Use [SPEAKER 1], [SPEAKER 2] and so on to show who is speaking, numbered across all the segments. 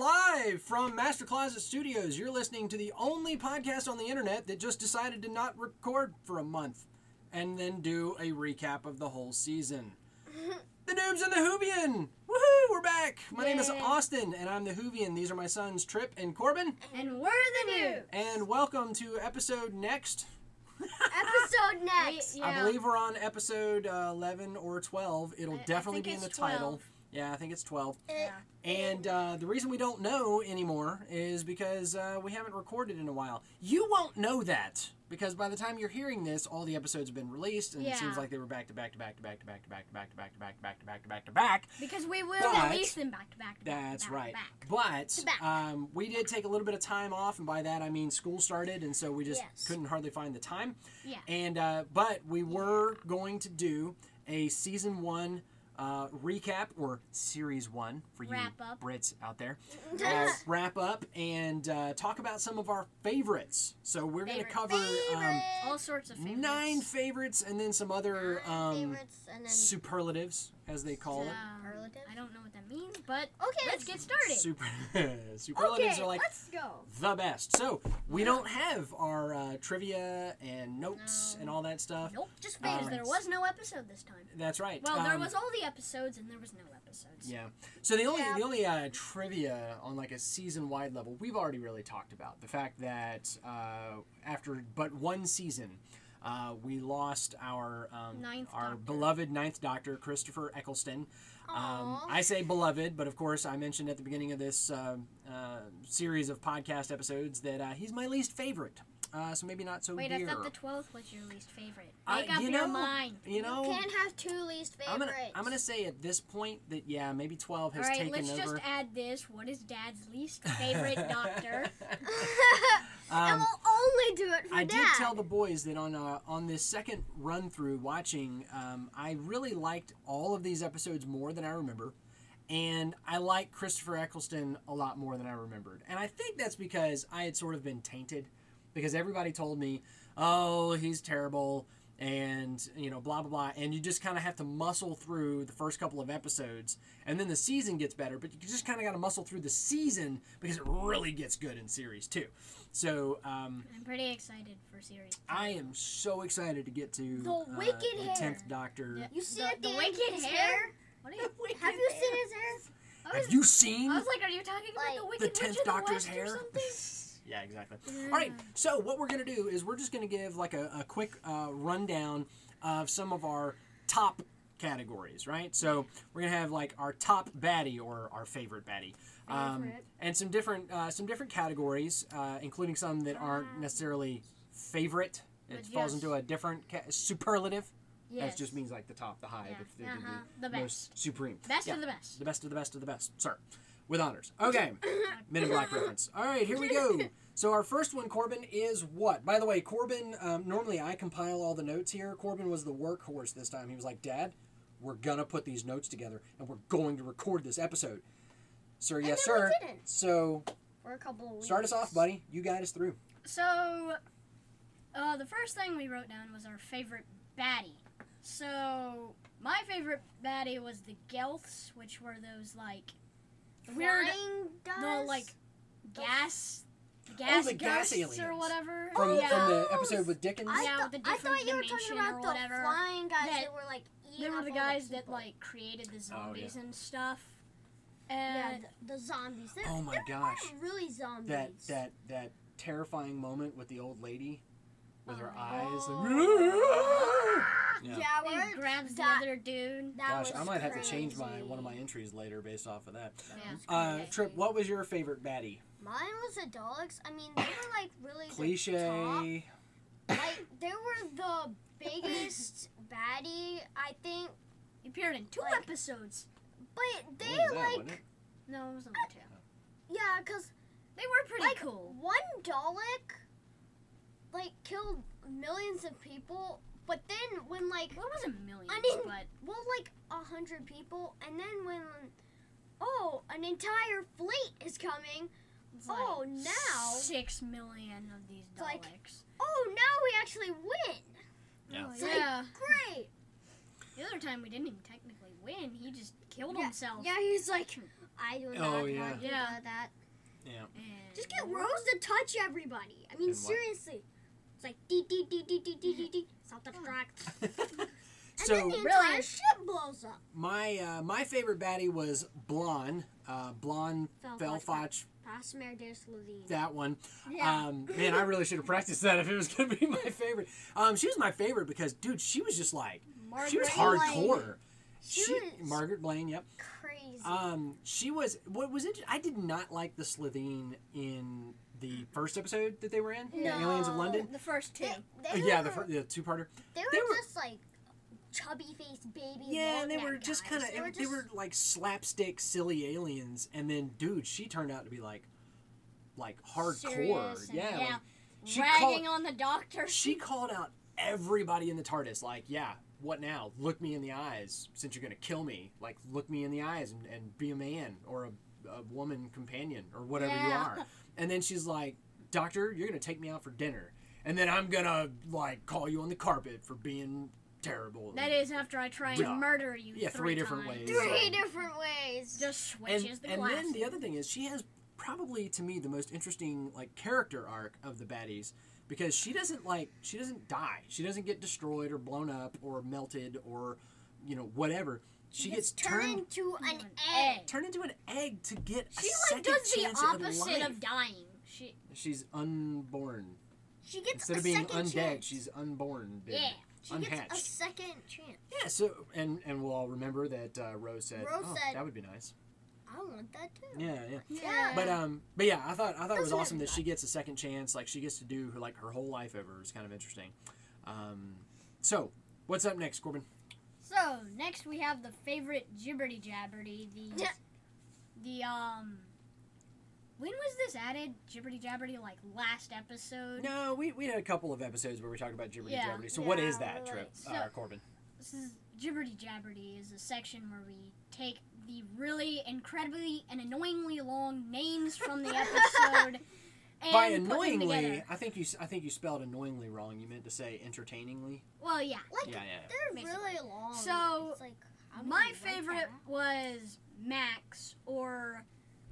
[SPEAKER 1] live from Master Closet Studios. You're listening to the only podcast on the internet that just decided to not record for a month and then do a recap of the whole season. the Noobs and the Hoovian! Woohoo! We're back! My name is
[SPEAKER 2] Yay.
[SPEAKER 1] Austin and I'm the Hoovian. These are my sons Trip and Corbin.
[SPEAKER 2] And we're the new
[SPEAKER 1] And welcome to episode next.
[SPEAKER 2] episode next.
[SPEAKER 1] I believe we're on episode uh, 11 or 12. It'll
[SPEAKER 3] I
[SPEAKER 1] definitely
[SPEAKER 3] think
[SPEAKER 1] be in the
[SPEAKER 3] it's
[SPEAKER 1] title.
[SPEAKER 3] 12.
[SPEAKER 1] Yeah, I think it's 12.
[SPEAKER 3] Yeah.
[SPEAKER 1] And uh, the reason we don't know anymore is because uh, we haven't recorded in a while. You won't know that because by the time you're hearing this, all the episodes have been released, and it seems
[SPEAKER 2] Yeah.
[SPEAKER 1] like they were back to back to back to back to back to back to back to back to back to back to back to back to back.
[SPEAKER 2] because we will
[SPEAKER 1] But-
[SPEAKER 2] release them back to back. to back to
[SPEAKER 1] That's
[SPEAKER 2] back to
[SPEAKER 1] right.
[SPEAKER 2] back.
[SPEAKER 1] But
[SPEAKER 2] To back.
[SPEAKER 1] um, we did take a little bit of time off, and by that I mean school started, and so we just
[SPEAKER 2] Yes.
[SPEAKER 1] couldn't hardly find the time.
[SPEAKER 2] Yeah.
[SPEAKER 1] And uh, but we were going to do a season one uh, recap or series one for you
[SPEAKER 2] Wrap up.
[SPEAKER 1] Brits out there. Uh, wrap up and uh, talk about some of our favorites. So we're going to
[SPEAKER 2] Favorite-
[SPEAKER 1] cover um,
[SPEAKER 2] All sorts of favorites.
[SPEAKER 1] nine favorites and then some other um,
[SPEAKER 3] favorites and then
[SPEAKER 1] superlatives, as they call it.
[SPEAKER 2] Um,
[SPEAKER 3] Superlative?
[SPEAKER 2] I don't know what that means, but
[SPEAKER 3] Okay,
[SPEAKER 2] let's get started.
[SPEAKER 1] Super superlatives are like
[SPEAKER 3] let's go.
[SPEAKER 1] the best. So we don't have our uh, trivia and notes
[SPEAKER 2] No.
[SPEAKER 1] and all that stuff.
[SPEAKER 2] nope, just because there
[SPEAKER 1] favorites.
[SPEAKER 2] was no episode this time.
[SPEAKER 1] That's right.
[SPEAKER 2] Well, there
[SPEAKER 1] Um,
[SPEAKER 2] was all the episodes, and there was no episodes.
[SPEAKER 1] Yeah. So the only
[SPEAKER 3] Yeah.
[SPEAKER 1] the only uh, trivia on like a season wide level we've already really talked about the fact that uh, after but one season. Uh, we lost our um,
[SPEAKER 2] Ninth
[SPEAKER 1] our
[SPEAKER 2] Doctor.
[SPEAKER 1] beloved ninth doctor Christopher Eccleston. Um,
[SPEAKER 3] Aw.
[SPEAKER 1] I say beloved, but of course I mentioned at the beginning of this uh, uh, series of podcast episodes that uh, he's my least favorite. Uh, so maybe not so
[SPEAKER 2] Wait,
[SPEAKER 1] dear.
[SPEAKER 2] I thought the twelfth was your least favorite.
[SPEAKER 1] I-
[SPEAKER 2] Make up
[SPEAKER 1] you
[SPEAKER 2] your
[SPEAKER 1] know-
[SPEAKER 2] mind.
[SPEAKER 1] You know,
[SPEAKER 3] you can't have two least favorites.
[SPEAKER 1] I'm gonna I'm gonna say at this point that yeah, maybe twelve
[SPEAKER 2] All
[SPEAKER 1] has
[SPEAKER 2] right,
[SPEAKER 1] taken
[SPEAKER 2] let's
[SPEAKER 1] over.
[SPEAKER 2] just add this. What is Dad's least favorite doctor?
[SPEAKER 1] um,
[SPEAKER 3] and we'll only do it for
[SPEAKER 1] I
[SPEAKER 3] Dad.
[SPEAKER 1] did tell the boys that on uh, on this second run through watching, um, I really liked all of these episodes more than I remember, and I like Christopher Eccleston a lot more than I remembered, and I think that's because I had sort of been tainted, because everybody told me, oh, he's terrible. And you know, blah blah blah, and you just kind of have to muscle through the first couple of episodes, and then the season gets better. But you just kind of got to muscle through the season because it really gets good in series two. So um,
[SPEAKER 2] I'm pretty excited for series. two.
[SPEAKER 1] I am so excited to get to uh,
[SPEAKER 3] The wicked
[SPEAKER 1] the
[SPEAKER 3] hair.
[SPEAKER 1] tenth Doctor.
[SPEAKER 2] Yeah.
[SPEAKER 3] you see
[SPEAKER 2] the-
[SPEAKER 3] at
[SPEAKER 2] the
[SPEAKER 3] the, end
[SPEAKER 2] wicked
[SPEAKER 3] his
[SPEAKER 2] hair?
[SPEAKER 3] hair?
[SPEAKER 2] What do you?
[SPEAKER 3] Have you seen his hair?
[SPEAKER 2] I was-
[SPEAKER 1] Have you seen
[SPEAKER 2] I was like, are you talking about the
[SPEAKER 3] Like,
[SPEAKER 2] Wicked
[SPEAKER 1] the
[SPEAKER 2] Witch
[SPEAKER 1] tenth
[SPEAKER 2] of the
[SPEAKER 1] Doctor's
[SPEAKER 2] West or
[SPEAKER 1] hair?
[SPEAKER 2] something?
[SPEAKER 1] yeah, exactly. All right. So what we're gonna do is we're just gonna give like a, a quick uh, rundown of some of our top categories, right? So we're gonna have like our top baddie or our favorite baddie. Um,
[SPEAKER 2] Favorite.
[SPEAKER 1] and some different uh, some different categories, uh, including some that aren't necessarily favorite. It
[SPEAKER 2] Ah. But
[SPEAKER 1] falls
[SPEAKER 2] yes.
[SPEAKER 1] into a different ca- superlative.
[SPEAKER 2] Yes.
[SPEAKER 1] That just means like the top, the high,
[SPEAKER 2] Yeah.
[SPEAKER 1] the, the,
[SPEAKER 2] Uh-huh. The
[SPEAKER 1] the
[SPEAKER 2] best.
[SPEAKER 1] most supreme.
[SPEAKER 2] Best
[SPEAKER 1] Yeah.
[SPEAKER 2] of the best.
[SPEAKER 1] The best of the best of the best, sir. With honors. Okay. Men in Black reference. All right, here we go. So our first one, Corbin, is what? By the way, Corbin. Um, normally, I compile all the notes here. Corbin was the workhorse this time. He was like, "Dad, we're gonna put these notes together, and we're going to record this episode." Sir, yes,
[SPEAKER 3] then we
[SPEAKER 1] sir.
[SPEAKER 3] didn't.
[SPEAKER 1] So
[SPEAKER 3] For a couple of weeks.
[SPEAKER 1] start us off, buddy. You guide us through.
[SPEAKER 2] So, uh, the first thing we wrote down was our favorite baddie. So, my favorite baddie was the Gelths, which were those like weird,
[SPEAKER 3] Flying
[SPEAKER 2] no
[SPEAKER 3] guys?
[SPEAKER 2] like gas, the gas
[SPEAKER 1] Oh, the gas
[SPEAKER 2] ghosts or
[SPEAKER 1] aliens.
[SPEAKER 2] whatever.
[SPEAKER 1] From,
[SPEAKER 2] Oh,
[SPEAKER 3] Oh,
[SPEAKER 2] yeah,
[SPEAKER 1] from the
[SPEAKER 3] those!
[SPEAKER 1] episode with Dickens.
[SPEAKER 3] I,
[SPEAKER 2] Yeah,
[SPEAKER 3] thought-
[SPEAKER 2] with the
[SPEAKER 3] I thought
[SPEAKER 2] different
[SPEAKER 3] you were
[SPEAKER 2] dimension
[SPEAKER 3] talking
[SPEAKER 2] or
[SPEAKER 3] about the
[SPEAKER 2] whatever.
[SPEAKER 3] flying guys
[SPEAKER 2] That-
[SPEAKER 3] that, were like eating
[SPEAKER 2] they were
[SPEAKER 3] up
[SPEAKER 2] the
[SPEAKER 3] all
[SPEAKER 2] guys that
[SPEAKER 3] people.
[SPEAKER 2] like created the
[SPEAKER 1] Oh, yeah.
[SPEAKER 2] zombies and stuff.
[SPEAKER 3] yeah,
[SPEAKER 2] And
[SPEAKER 3] the, the zombies. They're,
[SPEAKER 1] Oh my
[SPEAKER 3] they're
[SPEAKER 1] gosh.
[SPEAKER 3] not really zombies.
[SPEAKER 1] that that that terrifying moment with the old lady with her
[SPEAKER 2] Oh.
[SPEAKER 1] eyes. and-
[SPEAKER 3] yeah,
[SPEAKER 1] Yeah.
[SPEAKER 3] we're-
[SPEAKER 2] he grabs
[SPEAKER 3] Ah, that,
[SPEAKER 2] the other dude.
[SPEAKER 3] That
[SPEAKER 1] Gosh,
[SPEAKER 3] was
[SPEAKER 1] I might have to change my
[SPEAKER 3] crazy.
[SPEAKER 1] one of my entries later based off of that.
[SPEAKER 2] Yeah.
[SPEAKER 1] Uh,
[SPEAKER 2] Okay.
[SPEAKER 1] Trip, what was your favorite baddie?
[SPEAKER 3] Mine was the dogs. I mean, they were like really the top.
[SPEAKER 1] Cliche.
[SPEAKER 3] Like they were the biggest baddie, I think.
[SPEAKER 2] He appeared in two
[SPEAKER 3] Like-
[SPEAKER 2] episodes.
[SPEAKER 3] But they
[SPEAKER 1] What was that,
[SPEAKER 3] like,
[SPEAKER 1] wasn't it?
[SPEAKER 2] No, it was only two.
[SPEAKER 3] yeah, cause
[SPEAKER 2] They were pretty
[SPEAKER 3] like
[SPEAKER 2] cool.
[SPEAKER 3] one Dalek, like killed millions of people. But then when like,
[SPEAKER 2] Well, it wasn't millions,
[SPEAKER 3] I mean-
[SPEAKER 2] but
[SPEAKER 3] well, like a hundred people, and then when, oh, an entire fleet is coming.
[SPEAKER 2] it's
[SPEAKER 3] Oh,
[SPEAKER 2] like
[SPEAKER 3] now-
[SPEAKER 2] six million of these Daleks.
[SPEAKER 3] It's like- Oh, now we actually win.
[SPEAKER 1] Yeah.
[SPEAKER 2] Oh,
[SPEAKER 3] It's like,
[SPEAKER 2] yeah.
[SPEAKER 3] Great.
[SPEAKER 2] The other time we didn't even technically win. He just killed
[SPEAKER 3] Yeah,
[SPEAKER 2] himself.
[SPEAKER 3] Yeah, he's like, I do not
[SPEAKER 1] Oh,
[SPEAKER 3] want
[SPEAKER 1] yeah.
[SPEAKER 3] to
[SPEAKER 2] Yeah.
[SPEAKER 3] do that.
[SPEAKER 1] Yeah.
[SPEAKER 2] And
[SPEAKER 3] Just get Rose to touch everybody. I mean,
[SPEAKER 1] And what?
[SPEAKER 3] seriously. It's like dee dee dee dee dee dee dee dee. Self destruct. And then
[SPEAKER 1] so
[SPEAKER 3] the
[SPEAKER 2] Really?
[SPEAKER 3] entire ship blows up.
[SPEAKER 1] my uh, my favorite baddie was Blonde. Uh, Blonde
[SPEAKER 3] Felfotch.
[SPEAKER 1] Felfotch,
[SPEAKER 3] Pasmer de Slovenia.
[SPEAKER 1] that one.
[SPEAKER 3] Yeah.
[SPEAKER 1] Um, man, I really should have practiced that if it was going to be my favorite. Um, she was my favorite because, dude, she was just like she was
[SPEAKER 3] Margaret
[SPEAKER 1] hardcore.
[SPEAKER 3] She was-
[SPEAKER 1] Margaret Blaine, yep.
[SPEAKER 3] Crazy.
[SPEAKER 1] Um, she was what was it? I did not like the Slitheen in the first episode that they were in, the Aliens of
[SPEAKER 3] No.
[SPEAKER 1] London.
[SPEAKER 2] the first two.
[SPEAKER 3] they,
[SPEAKER 1] Uh,
[SPEAKER 3] they
[SPEAKER 1] yeah,
[SPEAKER 3] were,
[SPEAKER 1] the, fir- the two-parter.
[SPEAKER 3] they, were
[SPEAKER 1] they were-
[SPEAKER 3] just like chubby faced baby.
[SPEAKER 1] Yeah, and they
[SPEAKER 3] long-neck
[SPEAKER 1] were just
[SPEAKER 3] guys.
[SPEAKER 1] kind of
[SPEAKER 3] They were
[SPEAKER 1] they
[SPEAKER 3] just-
[SPEAKER 1] were like slapstick, silly aliens. And then, dude, she turned out to be like, like hardcore.
[SPEAKER 2] Serious and-
[SPEAKER 1] Yeah, like,
[SPEAKER 2] yeah.
[SPEAKER 1] she
[SPEAKER 2] Ragging
[SPEAKER 1] called
[SPEAKER 2] on the doctor.
[SPEAKER 1] she called out everybody in the TARDIS. Like, yeah, what now? Look me in the eyes. Since you're gonna kill me, like, look me in the eyes and, and be a man or a, a woman companion or whatever you
[SPEAKER 2] Yeah.
[SPEAKER 1] are. And then she's like, Doctor, you're gonna take me out for dinner, and then I'm gonna like call you on the carpet for being terrible.
[SPEAKER 2] that is after I try and
[SPEAKER 1] Yeah.
[SPEAKER 2] murder you.
[SPEAKER 1] Yeah, three different
[SPEAKER 2] times.
[SPEAKER 1] ways.
[SPEAKER 3] three
[SPEAKER 1] Yeah.
[SPEAKER 3] different ways.
[SPEAKER 2] Just switches
[SPEAKER 1] and,
[SPEAKER 2] the
[SPEAKER 1] and
[SPEAKER 2] glass.
[SPEAKER 1] then the other thing is she has probably to me the most interesting like character arc of the baddies because she doesn't like she doesn't die she doesn't get destroyed or blown up or melted or you know whatever she, gets,
[SPEAKER 3] turned
[SPEAKER 1] turned
[SPEAKER 3] into
[SPEAKER 2] an
[SPEAKER 3] an egg.
[SPEAKER 2] egg.
[SPEAKER 1] turned into an egg to get a
[SPEAKER 2] she
[SPEAKER 1] second
[SPEAKER 2] like does the
[SPEAKER 1] chance at
[SPEAKER 2] opposite
[SPEAKER 1] life.
[SPEAKER 2] of dying. She
[SPEAKER 1] she's unborn
[SPEAKER 3] She gets
[SPEAKER 1] instead
[SPEAKER 3] a
[SPEAKER 1] of being
[SPEAKER 3] second
[SPEAKER 1] undead
[SPEAKER 3] chance.
[SPEAKER 1] she's unborn dead.
[SPEAKER 2] yeah.
[SPEAKER 3] she gets a
[SPEAKER 1] unhatched.
[SPEAKER 3] second chance.
[SPEAKER 1] yeah so and and we'll all remember that uh, rose said
[SPEAKER 3] Rose
[SPEAKER 1] oh
[SPEAKER 3] said-
[SPEAKER 1] that would be nice
[SPEAKER 3] I want that too.
[SPEAKER 1] yeah yeah
[SPEAKER 3] Yeah.
[SPEAKER 2] uh,
[SPEAKER 1] But um, but yeah, I thought I thought it was
[SPEAKER 3] Doesn't
[SPEAKER 1] awesome that she
[SPEAKER 3] everybody?
[SPEAKER 1] gets a second chance. Like she gets to do her like her whole life over. It was kind of interesting. Um, so what's up next, Corbin?
[SPEAKER 2] So next we have the favorite gibberty jabberty. The
[SPEAKER 3] Yeah.
[SPEAKER 2] the um. When was this added? Gibberty jabberty like last episode.
[SPEAKER 1] No, we, we had a couple of episodes where we talked about Jibberty
[SPEAKER 2] Yeah.
[SPEAKER 1] Jeopardy. So what
[SPEAKER 3] Yeah,
[SPEAKER 1] is that
[SPEAKER 3] right.
[SPEAKER 1] trip,
[SPEAKER 2] So-
[SPEAKER 1] uh, Corbin?
[SPEAKER 2] This is Gibberty Jabberty is a section where we take the really incredibly and annoyingly long names from the episode and
[SPEAKER 1] By
[SPEAKER 2] put them
[SPEAKER 1] annoyingly,
[SPEAKER 2] together.
[SPEAKER 1] I think you s- I think you spelled annoyingly wrong. You meant to say entertainingly.
[SPEAKER 2] Well, yeah.
[SPEAKER 3] Like
[SPEAKER 1] Yeah, yeah.
[SPEAKER 3] they're
[SPEAKER 2] Basically.
[SPEAKER 3] really long.
[SPEAKER 2] So,
[SPEAKER 3] it's like, how do
[SPEAKER 2] My
[SPEAKER 3] you write
[SPEAKER 2] favorite
[SPEAKER 3] that?
[SPEAKER 2] was Max or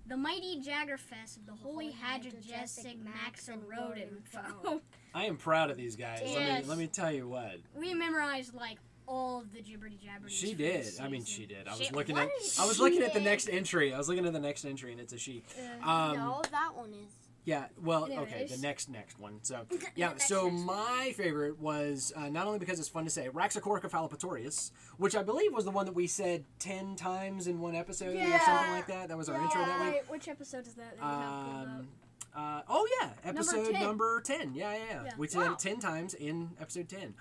[SPEAKER 2] the Mighty Jaggerfest of the Holy
[SPEAKER 3] Holy
[SPEAKER 2] Hadrogestic
[SPEAKER 3] Hadrogestic
[SPEAKER 2] Max and
[SPEAKER 3] Maxim
[SPEAKER 2] Rodin
[SPEAKER 3] Rodin.
[SPEAKER 1] I am proud of these guys. Let
[SPEAKER 2] Yes.
[SPEAKER 1] me let me tell you what
[SPEAKER 2] we memorized like all of the Gibberty Jabberty.
[SPEAKER 1] she did. I mean, she did. I was looking
[SPEAKER 3] what
[SPEAKER 1] at
[SPEAKER 3] is
[SPEAKER 1] I was
[SPEAKER 3] she
[SPEAKER 1] looking at the
[SPEAKER 3] did?
[SPEAKER 1] next entry. I was looking at the next entry, and it's a she.
[SPEAKER 2] Uh,
[SPEAKER 1] Um,
[SPEAKER 3] no, that one is.
[SPEAKER 1] Yeah, well,
[SPEAKER 2] There it
[SPEAKER 1] okay, the
[SPEAKER 2] is.
[SPEAKER 1] next next one. So,
[SPEAKER 3] The
[SPEAKER 1] yeah,
[SPEAKER 3] next
[SPEAKER 1] so
[SPEAKER 3] next one.
[SPEAKER 1] my favorite was uh, not only because it's fun to say Raxacorica fallopatorius, which I believe was the one that we said 10 times in one episode or something
[SPEAKER 3] Yeah.
[SPEAKER 1] like that. That was our intro that week.
[SPEAKER 4] Wait, Which episode is that? that you have pulled up?
[SPEAKER 1] Um, uh, oh, yeah, episode number 10.
[SPEAKER 2] 10.
[SPEAKER 1] Yeah, yeah, yeah.
[SPEAKER 2] Yeah.
[SPEAKER 1] We said
[SPEAKER 3] Wow.
[SPEAKER 1] it 10 times in episode 10.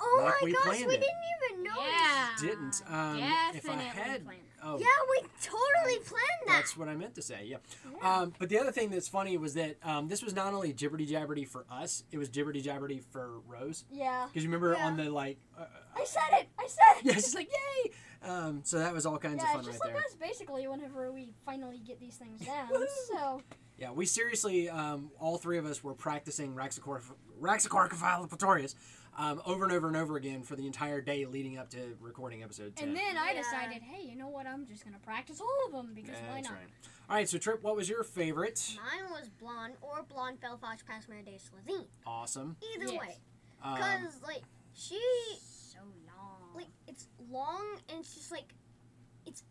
[SPEAKER 3] Oh
[SPEAKER 1] Like
[SPEAKER 3] my
[SPEAKER 1] we
[SPEAKER 3] gosh,
[SPEAKER 1] planned
[SPEAKER 3] we
[SPEAKER 1] it.
[SPEAKER 3] didn't even know.
[SPEAKER 2] yeah.
[SPEAKER 1] Didn't.
[SPEAKER 3] Uh,
[SPEAKER 1] Um, if I
[SPEAKER 2] Definitely
[SPEAKER 1] had.
[SPEAKER 2] planned.
[SPEAKER 1] Oh,
[SPEAKER 3] Yeah, we totally planned that.
[SPEAKER 1] That's what I meant to say. Yeah. Um, but the other thing that's funny was that um, this was not only gibberty jabberty for us; it was gibberty jabberty for Rose.
[SPEAKER 4] yeah.
[SPEAKER 1] Because you remember
[SPEAKER 3] Yeah.
[SPEAKER 1] on the like, uh,
[SPEAKER 4] I said it. I said it.
[SPEAKER 1] yeah, she's like, yay! Um, so that was all kinds
[SPEAKER 4] Yeah,
[SPEAKER 1] of fun
[SPEAKER 4] it's
[SPEAKER 1] right
[SPEAKER 4] just
[SPEAKER 1] there.
[SPEAKER 4] like us basically whenever we finally get these things down.
[SPEAKER 1] Woo.
[SPEAKER 4] so
[SPEAKER 1] Yeah, we seriously, um, all three of us were practicing Raxacorcophilopatorius um, over and over and over again for the entire day leading up to recording episode 10.
[SPEAKER 2] And then I
[SPEAKER 3] Yeah.
[SPEAKER 2] decided, hey, you know what? I'm just gonna practice all of them because
[SPEAKER 1] Yeah,
[SPEAKER 2] why
[SPEAKER 1] that's
[SPEAKER 2] not?
[SPEAKER 1] right. All right, so Trip, what was your favorite?
[SPEAKER 3] Mine was blonde or blonde fell fox past Mary Day Slovene.
[SPEAKER 1] Awesome.
[SPEAKER 3] Either
[SPEAKER 2] Yes.
[SPEAKER 3] way,
[SPEAKER 1] Um,
[SPEAKER 3] because like she
[SPEAKER 2] So long.
[SPEAKER 3] like it's long and it's just like it's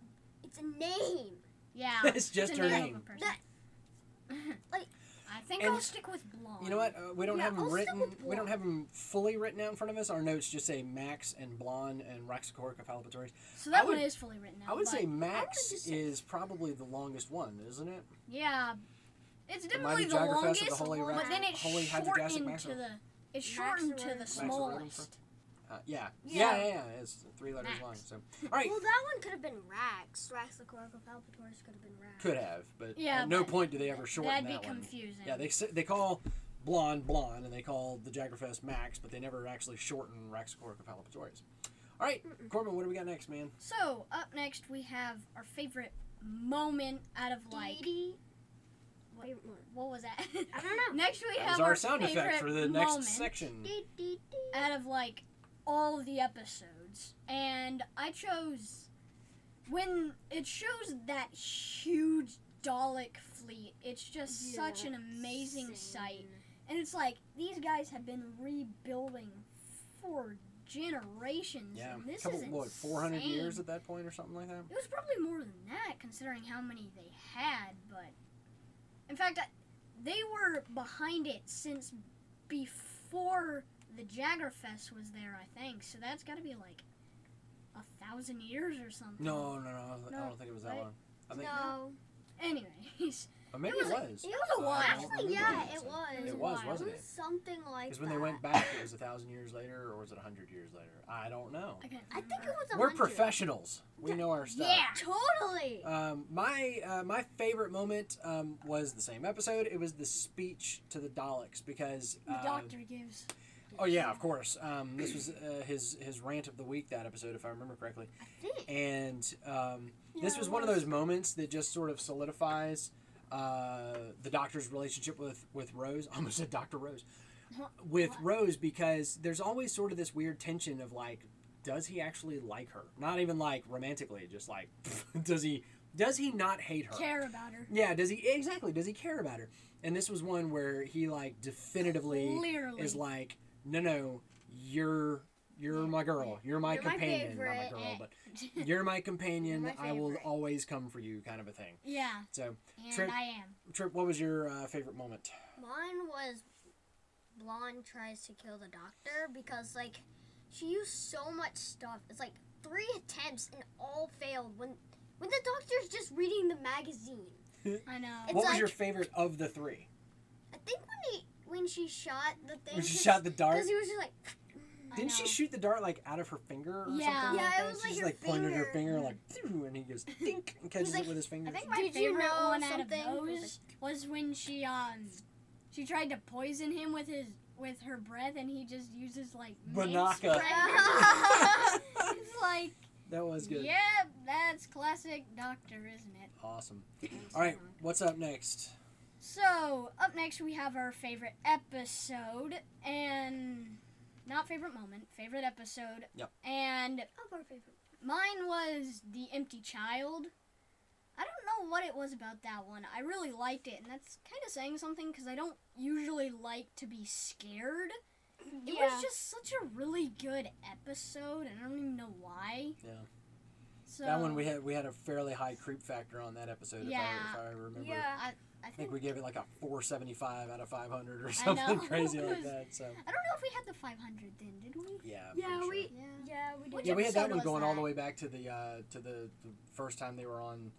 [SPEAKER 3] it's a name.
[SPEAKER 2] yeah.
[SPEAKER 1] It's just
[SPEAKER 2] a
[SPEAKER 1] her
[SPEAKER 2] name of a
[SPEAKER 1] name.
[SPEAKER 2] person.
[SPEAKER 3] That
[SPEAKER 2] I think
[SPEAKER 1] And-
[SPEAKER 2] I'll stick with blonde.
[SPEAKER 1] you know what? Uh, we don't
[SPEAKER 3] Yeah,
[SPEAKER 1] have them
[SPEAKER 3] I'll stick
[SPEAKER 1] written.
[SPEAKER 3] with
[SPEAKER 1] We don't
[SPEAKER 3] blonde.
[SPEAKER 1] have them fully written out in front of us. Our notes just say Max and Blonde and Raxacorcophilopatorius.
[SPEAKER 2] So that
[SPEAKER 1] I would-
[SPEAKER 2] one is fully written out.
[SPEAKER 1] I would
[SPEAKER 2] but-
[SPEAKER 1] say Max
[SPEAKER 3] just say-
[SPEAKER 1] is probably the longest one, isn't it?
[SPEAKER 2] Yeah. It's
[SPEAKER 1] The Mighty
[SPEAKER 2] definitely the,
[SPEAKER 1] Jaggerfest of the
[SPEAKER 2] longest,
[SPEAKER 1] Holy
[SPEAKER 2] but
[SPEAKER 3] Rack-
[SPEAKER 2] then it's
[SPEAKER 1] Holy Hydrogastic
[SPEAKER 2] shortened to
[SPEAKER 1] Maximum.
[SPEAKER 2] the it's shortened to the
[SPEAKER 3] Maximum.
[SPEAKER 2] smallest.
[SPEAKER 1] Uh, yeah. Yeah.
[SPEAKER 2] Yeah.
[SPEAKER 1] yeah, yeah, It's three letters
[SPEAKER 2] Max.
[SPEAKER 1] long. So, all right,
[SPEAKER 3] Well, that one could have been Rax. Rax the Coracle Palpatoris could have been Rax.
[SPEAKER 1] could have, but
[SPEAKER 2] Yeah,
[SPEAKER 1] at no
[SPEAKER 2] but
[SPEAKER 1] point do they ever shorten
[SPEAKER 2] That'd be
[SPEAKER 1] that one.
[SPEAKER 2] confusing.
[SPEAKER 1] Yeah, they s- they call blonde blonde, and they call the Jaggerfest Max, but they never actually shorten Raxacoricophalopatorius. All right, Corbin, what do we got next, man?
[SPEAKER 2] So up next we have our favorite moment out of like
[SPEAKER 3] Dee
[SPEAKER 2] what,
[SPEAKER 3] Favorite one.
[SPEAKER 2] what was that?
[SPEAKER 3] I don't know.
[SPEAKER 2] next we
[SPEAKER 1] That
[SPEAKER 2] have
[SPEAKER 1] was our sound
[SPEAKER 2] favorite
[SPEAKER 1] effect for the next
[SPEAKER 2] moment.
[SPEAKER 1] section.
[SPEAKER 3] Dee dee dee.
[SPEAKER 2] out of like all the episodes, and I chose when it shows that huge Dalek fleet, it's just
[SPEAKER 3] Yeah,
[SPEAKER 2] such an amazing sight.
[SPEAKER 3] Same.
[SPEAKER 2] And it's like these guys have been rebuilding for generations.
[SPEAKER 1] Yeah,
[SPEAKER 2] and this
[SPEAKER 1] couple,
[SPEAKER 2] is
[SPEAKER 1] what, 400
[SPEAKER 2] insane.
[SPEAKER 1] years at that point or something like that?
[SPEAKER 2] It was probably more than that, considering how many they had. But in fact, I, they were behind it since before the Jaggerfest was there. I think so. That's got to be like a thousand years or something.
[SPEAKER 1] No, no, no. I
[SPEAKER 2] No,
[SPEAKER 1] don't think it was that
[SPEAKER 2] right?
[SPEAKER 1] long. I think,
[SPEAKER 3] No,
[SPEAKER 2] Anyways,
[SPEAKER 1] but maybe it
[SPEAKER 2] was
[SPEAKER 1] was.
[SPEAKER 2] a- it was a
[SPEAKER 1] Uh,
[SPEAKER 2] while.
[SPEAKER 1] I don't
[SPEAKER 3] actually, yeah,
[SPEAKER 1] remember.
[SPEAKER 3] it was.
[SPEAKER 2] It
[SPEAKER 1] It
[SPEAKER 2] was
[SPEAKER 1] was,
[SPEAKER 2] wild.
[SPEAKER 1] wasn't it?
[SPEAKER 3] Something like
[SPEAKER 1] Because when they
[SPEAKER 3] that.
[SPEAKER 1] went back, it was a thousand years later, or was it a hundred years later? I don't know.
[SPEAKER 2] I can't
[SPEAKER 3] I think it
[SPEAKER 2] remember.
[SPEAKER 3] was. a
[SPEAKER 1] We're
[SPEAKER 3] hundred.
[SPEAKER 1] professionals. We know our stuff.
[SPEAKER 2] Yeah.
[SPEAKER 3] Totally.
[SPEAKER 1] Um, my uh, my favorite moment um, was the same episode. It was the speech to the Daleks because
[SPEAKER 4] The
[SPEAKER 1] uh,
[SPEAKER 4] doctor gives.
[SPEAKER 1] oh yeah, of course. Um, this was uh, his his rant of the week that episode, if I remember correctly.
[SPEAKER 3] I think.
[SPEAKER 1] And um, this
[SPEAKER 4] Yeah,
[SPEAKER 1] was
[SPEAKER 4] it
[SPEAKER 1] one of
[SPEAKER 4] was.
[SPEAKER 1] those moments that just sort of solidifies uh, the Doctor's relationship with with Rose. I almost said Doctor Rose with Rose because there's always sort of this weird tension of like, does he actually like her? Not even like romantically, just like, does he does he not hate her?
[SPEAKER 2] care about her.
[SPEAKER 1] Yeah, does he exactly? Does he care about her? And this was one where he like definitively
[SPEAKER 2] Clearly.
[SPEAKER 1] is like, no, no, you're you're my girl, you're my
[SPEAKER 3] You're my
[SPEAKER 1] companion, not my
[SPEAKER 3] favorite,
[SPEAKER 1] girl,
[SPEAKER 3] eh.
[SPEAKER 1] but you're my companion.
[SPEAKER 3] You're my
[SPEAKER 1] I will
[SPEAKER 3] favorite.
[SPEAKER 1] always come for you, kind of a thing.
[SPEAKER 2] Yeah,
[SPEAKER 1] So,
[SPEAKER 2] and
[SPEAKER 1] Trip-
[SPEAKER 2] I am.
[SPEAKER 1] Trip, what was your uh, favorite moment?
[SPEAKER 3] Mine was Blonde tries to kill the doctor because like she used so much stuff. It's like three attempts and all failed when when the doctor's just reading the magazine.
[SPEAKER 2] I know.
[SPEAKER 3] It's
[SPEAKER 1] what was
[SPEAKER 3] like-
[SPEAKER 1] your favorite of the three?
[SPEAKER 3] I think when he when she shot the thing
[SPEAKER 1] When she shot the dart.
[SPEAKER 3] because he was just like
[SPEAKER 2] I
[SPEAKER 1] Didn't she
[SPEAKER 2] know.
[SPEAKER 1] shoot the dart like out of her finger or
[SPEAKER 2] Yeah.
[SPEAKER 1] something?
[SPEAKER 3] Yeah,
[SPEAKER 1] like
[SPEAKER 3] it
[SPEAKER 1] that?
[SPEAKER 3] was,
[SPEAKER 1] she
[SPEAKER 3] like,
[SPEAKER 1] just
[SPEAKER 3] her
[SPEAKER 1] like pointed her finger
[SPEAKER 3] finger.
[SPEAKER 1] like, "Phew," and he goes think and catches
[SPEAKER 3] like,
[SPEAKER 1] it with his fingers.
[SPEAKER 2] I think my
[SPEAKER 3] Did you
[SPEAKER 2] favorite
[SPEAKER 3] know
[SPEAKER 2] one
[SPEAKER 3] something?
[SPEAKER 2] out of those was when she um she tried to poison him with his with her breath, and he just uses like man
[SPEAKER 1] Banaka.
[SPEAKER 2] spray. it's like
[SPEAKER 1] that was good.
[SPEAKER 2] yeah, that's classic Doctor, isn't it?
[SPEAKER 1] Awesome. All right, what's up next?
[SPEAKER 2] So up next we have our favorite episode and not favorite moment, favorite episode.
[SPEAKER 1] Yep.
[SPEAKER 2] And
[SPEAKER 3] of our favorite.
[SPEAKER 2] Mine was The Empty Child. I don't know what it was about that one. I really liked it, and that's kind of saying something because I don't usually like to be scared. It was just such a really good episode, and I don't even know why.
[SPEAKER 1] Yeah.
[SPEAKER 2] So
[SPEAKER 1] that one we had we had a fairly high creep factor on that episode.
[SPEAKER 2] Yeah.
[SPEAKER 1] If, I, if I remember.
[SPEAKER 3] Yeah.
[SPEAKER 2] I
[SPEAKER 1] I think
[SPEAKER 2] think
[SPEAKER 1] we gave it like a 475 out of 500 or something
[SPEAKER 2] know.
[SPEAKER 1] crazy like that. So
[SPEAKER 2] I don't know if we had the 500 then, did we?
[SPEAKER 1] yeah. I'm
[SPEAKER 3] Yeah,
[SPEAKER 1] pretty
[SPEAKER 3] we
[SPEAKER 1] sure.
[SPEAKER 2] Yeah.
[SPEAKER 3] yeah we did.
[SPEAKER 2] Which
[SPEAKER 1] Yeah, we had that
[SPEAKER 2] episode
[SPEAKER 1] one
[SPEAKER 2] was
[SPEAKER 1] going all the
[SPEAKER 2] that?
[SPEAKER 1] way back to the uh, to the, the first time they were on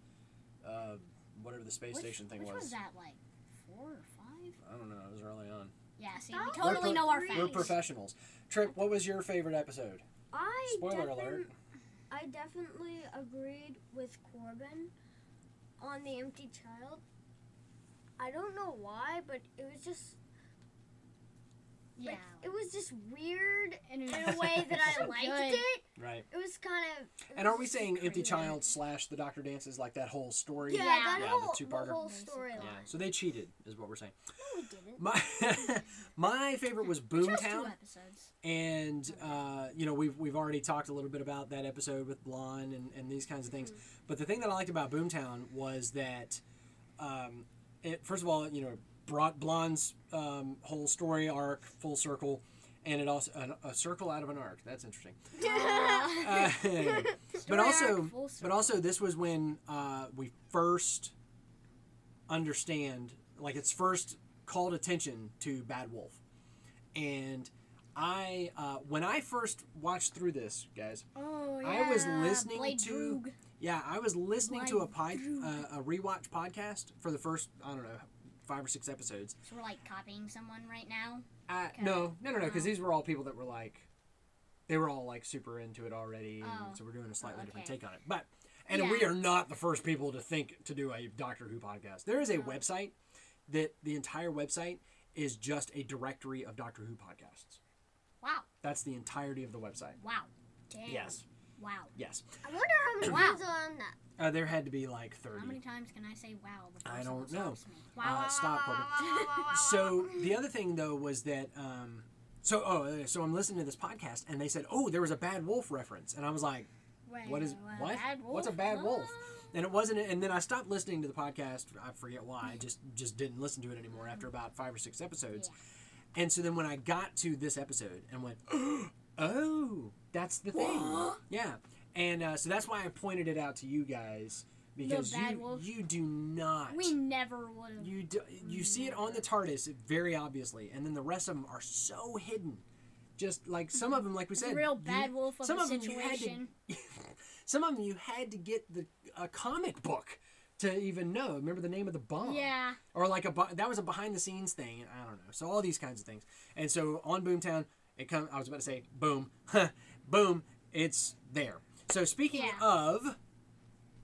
[SPEAKER 1] uh, whatever the space
[SPEAKER 2] Which-
[SPEAKER 1] station thing
[SPEAKER 2] which
[SPEAKER 1] was.
[SPEAKER 2] was that like four or five?
[SPEAKER 1] I don't know. It was early on.
[SPEAKER 2] Yeah. See,
[SPEAKER 3] We're
[SPEAKER 2] we
[SPEAKER 1] pro-
[SPEAKER 2] totally know our
[SPEAKER 3] we're
[SPEAKER 1] We're
[SPEAKER 2] facts.
[SPEAKER 1] professionals. Trip, what was your favorite episode?
[SPEAKER 3] I
[SPEAKER 1] Spoiler
[SPEAKER 3] defin-
[SPEAKER 1] alert.
[SPEAKER 3] I definitely agreed with Corbin on the empty child. I don't know why, but it was just
[SPEAKER 2] yeah.
[SPEAKER 3] like, it was just weird
[SPEAKER 2] and it
[SPEAKER 3] in
[SPEAKER 2] was-
[SPEAKER 3] a way that I
[SPEAKER 2] So
[SPEAKER 3] liked
[SPEAKER 2] good.
[SPEAKER 3] it.
[SPEAKER 1] Right.
[SPEAKER 3] It was kind of.
[SPEAKER 1] And are we saying Empty
[SPEAKER 2] crazy.
[SPEAKER 1] Child slash The Doctor Dances like that whole story?
[SPEAKER 3] Yeah,
[SPEAKER 2] Yeah.
[SPEAKER 3] that
[SPEAKER 1] Yeah, the
[SPEAKER 3] whole the,
[SPEAKER 1] two-parter.
[SPEAKER 3] whole
[SPEAKER 2] Basically.
[SPEAKER 3] storyline.
[SPEAKER 1] Yeah, So they cheated, is what we're saying.
[SPEAKER 3] No, we didn't.
[SPEAKER 1] My my favorite was
[SPEAKER 2] Just two
[SPEAKER 1] Boomtown,
[SPEAKER 2] episodes.
[SPEAKER 1] and uh, you know we've we've already talked a little bit about that episode with Blonde and, and these kinds of things. But the thing that I liked about Boomtown was that, um, it first of all, you know, brought Blonde's um, whole story arc full circle, and it also an, a circle out of an arc. That's interesting. Uh, but
[SPEAKER 2] Story arc,
[SPEAKER 1] also,
[SPEAKER 2] full
[SPEAKER 1] but
[SPEAKER 2] circle.
[SPEAKER 1] also, this was when uh, we first understand, like its first called attention to Bad Wolf, and I, uh, when I first watched through this, guys,
[SPEAKER 2] Oh yeah.
[SPEAKER 1] I was listening
[SPEAKER 2] Blade
[SPEAKER 1] to-
[SPEAKER 2] Droog.
[SPEAKER 1] yeah, I was listening to a pod,
[SPEAKER 2] Blade
[SPEAKER 1] uh, a rewatch podcast for the first, I don't know, five or six episodes.
[SPEAKER 2] So we're like copying someone right now.
[SPEAKER 1] Uh,
[SPEAKER 2] Okay. Uh-huh.
[SPEAKER 1] no, no, no, no, because
[SPEAKER 2] No.
[SPEAKER 1] these were all people that were like, they were all like super into it already,
[SPEAKER 2] Oh.
[SPEAKER 1] and so we're doing a slightly different
[SPEAKER 2] okay.
[SPEAKER 1] take on it. But and
[SPEAKER 2] Yeah.
[SPEAKER 1] we are not the first people to think to do a Doctor Who podcast. There
[SPEAKER 2] Oh.
[SPEAKER 1] is a website that the entire website is just a directory of Doctor Who podcasts.
[SPEAKER 2] Wow.
[SPEAKER 1] That's the entirety of the website.
[SPEAKER 2] Wow.
[SPEAKER 3] Damn.
[SPEAKER 1] Yes,
[SPEAKER 2] Wow.
[SPEAKER 1] yes.
[SPEAKER 3] I wonder how many
[SPEAKER 2] Wow.
[SPEAKER 3] wow. on that.
[SPEAKER 1] Uh, there had to be like thirty.
[SPEAKER 2] How many times can I say wow before
[SPEAKER 1] I
[SPEAKER 2] someone
[SPEAKER 1] don't know.
[SPEAKER 2] stops me?
[SPEAKER 1] Uh,
[SPEAKER 2] Wow. wow.
[SPEAKER 1] stop, Corbin. So the other thing though was that um, so oh uh, so I'm listening to this podcast and they said oh there was a Bad Wolf reference and I was like
[SPEAKER 2] Wait,
[SPEAKER 1] What is
[SPEAKER 2] what?
[SPEAKER 1] what?
[SPEAKER 2] Bad wolf?
[SPEAKER 1] What's a bad wolf?
[SPEAKER 2] Ah.
[SPEAKER 1] And it wasn't. And then I stopped listening to the podcast. I forget why. I just just didn't listen to it anymore after about five or six episodes. And so then when I got to this episode and went, oh, that's the thing. Yeah. And uh, so that's why I pointed it out to you guys because
[SPEAKER 2] bad
[SPEAKER 1] you
[SPEAKER 2] wolf?
[SPEAKER 1] you do not
[SPEAKER 2] We Mm. never would have.
[SPEAKER 1] you do, you see it on the TARDIS very obviously, and then the rest of them are so hidden. Just like some of them, like we
[SPEAKER 2] It's
[SPEAKER 1] said,
[SPEAKER 2] a real
[SPEAKER 1] you-
[SPEAKER 2] bad wolf of
[SPEAKER 1] some
[SPEAKER 2] a
[SPEAKER 1] of 'em you had to-
[SPEAKER 2] situation.
[SPEAKER 1] some of them you had to get the a comic book to even know. Remember the name of the bomb?
[SPEAKER 2] yeah.
[SPEAKER 1] Or like a bu- that was a behind the scenes thing. and I don't know. So all these kinds of things. And so on Boomtown, it come. I was about to say boom, boom. It's there. So speaking
[SPEAKER 2] Yeah.
[SPEAKER 1] of,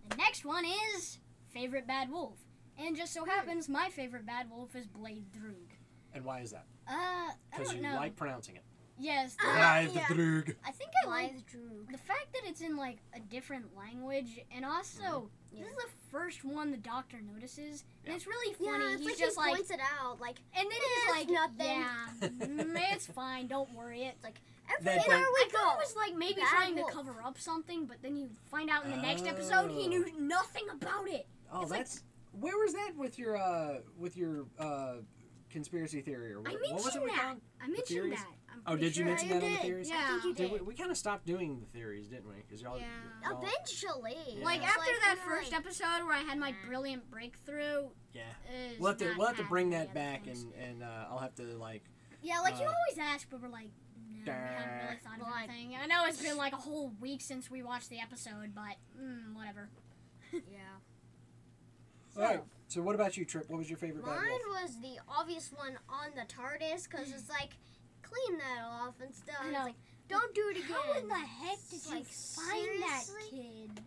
[SPEAKER 2] The next one is favorite bad wolf, and just so happens my favorite bad wolf is Blade Droog.
[SPEAKER 1] and why is that?
[SPEAKER 2] Uh, I
[SPEAKER 1] Because
[SPEAKER 2] don't
[SPEAKER 1] you
[SPEAKER 2] know. Uh,
[SPEAKER 1] like pronouncing it.
[SPEAKER 2] yes, the-
[SPEAKER 3] Ah. Blithe yeah.
[SPEAKER 1] Droog.
[SPEAKER 2] I think I like
[SPEAKER 3] Blythe Droog.
[SPEAKER 2] the fact that it's in like a different language, and also
[SPEAKER 3] Yeah.
[SPEAKER 2] this is the first one the doctor notices,
[SPEAKER 1] Mm-hmm. Yeah.
[SPEAKER 2] and it's really
[SPEAKER 3] Yeah,
[SPEAKER 2] funny.
[SPEAKER 3] it's
[SPEAKER 2] he's
[SPEAKER 3] like
[SPEAKER 2] just
[SPEAKER 3] he
[SPEAKER 2] like,
[SPEAKER 3] points it out. Like
[SPEAKER 2] and then he's
[SPEAKER 3] "Eh,
[SPEAKER 2] like,
[SPEAKER 3] it's nothing."
[SPEAKER 2] yeah, mm, it's fine, don't worry. It.
[SPEAKER 3] everywhere
[SPEAKER 1] That- that-
[SPEAKER 2] I
[SPEAKER 3] we
[SPEAKER 2] thought
[SPEAKER 3] go.
[SPEAKER 2] it was like maybe
[SPEAKER 3] Bad
[SPEAKER 2] trying
[SPEAKER 3] wolf.
[SPEAKER 2] to cover up something, but then you find out in the next episode he
[SPEAKER 1] Oh.
[SPEAKER 2] knew nothing about it.
[SPEAKER 1] Oh,
[SPEAKER 2] It's like-
[SPEAKER 1] that's where was that with your uh with your uh conspiracy theory or what,
[SPEAKER 2] I
[SPEAKER 1] what was it
[SPEAKER 2] mentioned
[SPEAKER 1] we
[SPEAKER 2] that.
[SPEAKER 1] found?
[SPEAKER 2] I mentioned
[SPEAKER 1] theories?
[SPEAKER 2] that. I'm
[SPEAKER 1] Oh,
[SPEAKER 2] pretty
[SPEAKER 1] did you
[SPEAKER 2] sure
[SPEAKER 1] mention
[SPEAKER 3] you
[SPEAKER 1] that on the
[SPEAKER 3] did.
[SPEAKER 1] theories?
[SPEAKER 2] Yeah.
[SPEAKER 3] I think you
[SPEAKER 1] Did
[SPEAKER 3] did.
[SPEAKER 1] we, we kind of stopped doing the theories, didn't we? Because y'all,
[SPEAKER 2] Yeah. Oh,
[SPEAKER 1] y'all-
[SPEAKER 3] Eventually.
[SPEAKER 1] Yeah.
[SPEAKER 2] Like
[SPEAKER 3] It's
[SPEAKER 2] after that
[SPEAKER 3] kinda
[SPEAKER 2] first
[SPEAKER 3] like-
[SPEAKER 2] episode where I had my brilliant breakthrough,
[SPEAKER 1] yeah.
[SPEAKER 2] is
[SPEAKER 1] We'll have to
[SPEAKER 2] not
[SPEAKER 1] we'll have to bring that
[SPEAKER 2] happening the other
[SPEAKER 1] back
[SPEAKER 2] times.
[SPEAKER 1] and and uh, I'll have to like
[SPEAKER 2] yeah, like you
[SPEAKER 1] uh,
[SPEAKER 2] always ask, but we're like, no, we haven't really
[SPEAKER 1] Grr.
[SPEAKER 2] thought of
[SPEAKER 3] Well, I-
[SPEAKER 2] anything. I know it's been like a whole week since we watched the episode, but mm, whatever.
[SPEAKER 3] Yeah.
[SPEAKER 1] all right. So what about you, Trip? What was your favorite bad
[SPEAKER 3] Mine
[SPEAKER 1] wolf?
[SPEAKER 3] was the obvious one on the TARDIS because it's like clean that off and stuff.
[SPEAKER 2] I
[SPEAKER 3] It's
[SPEAKER 2] know.
[SPEAKER 3] like don't do it again.
[SPEAKER 2] How in the heck did
[SPEAKER 3] It's
[SPEAKER 2] you
[SPEAKER 3] like,
[SPEAKER 2] find that
[SPEAKER 3] seriously?
[SPEAKER 2] kid?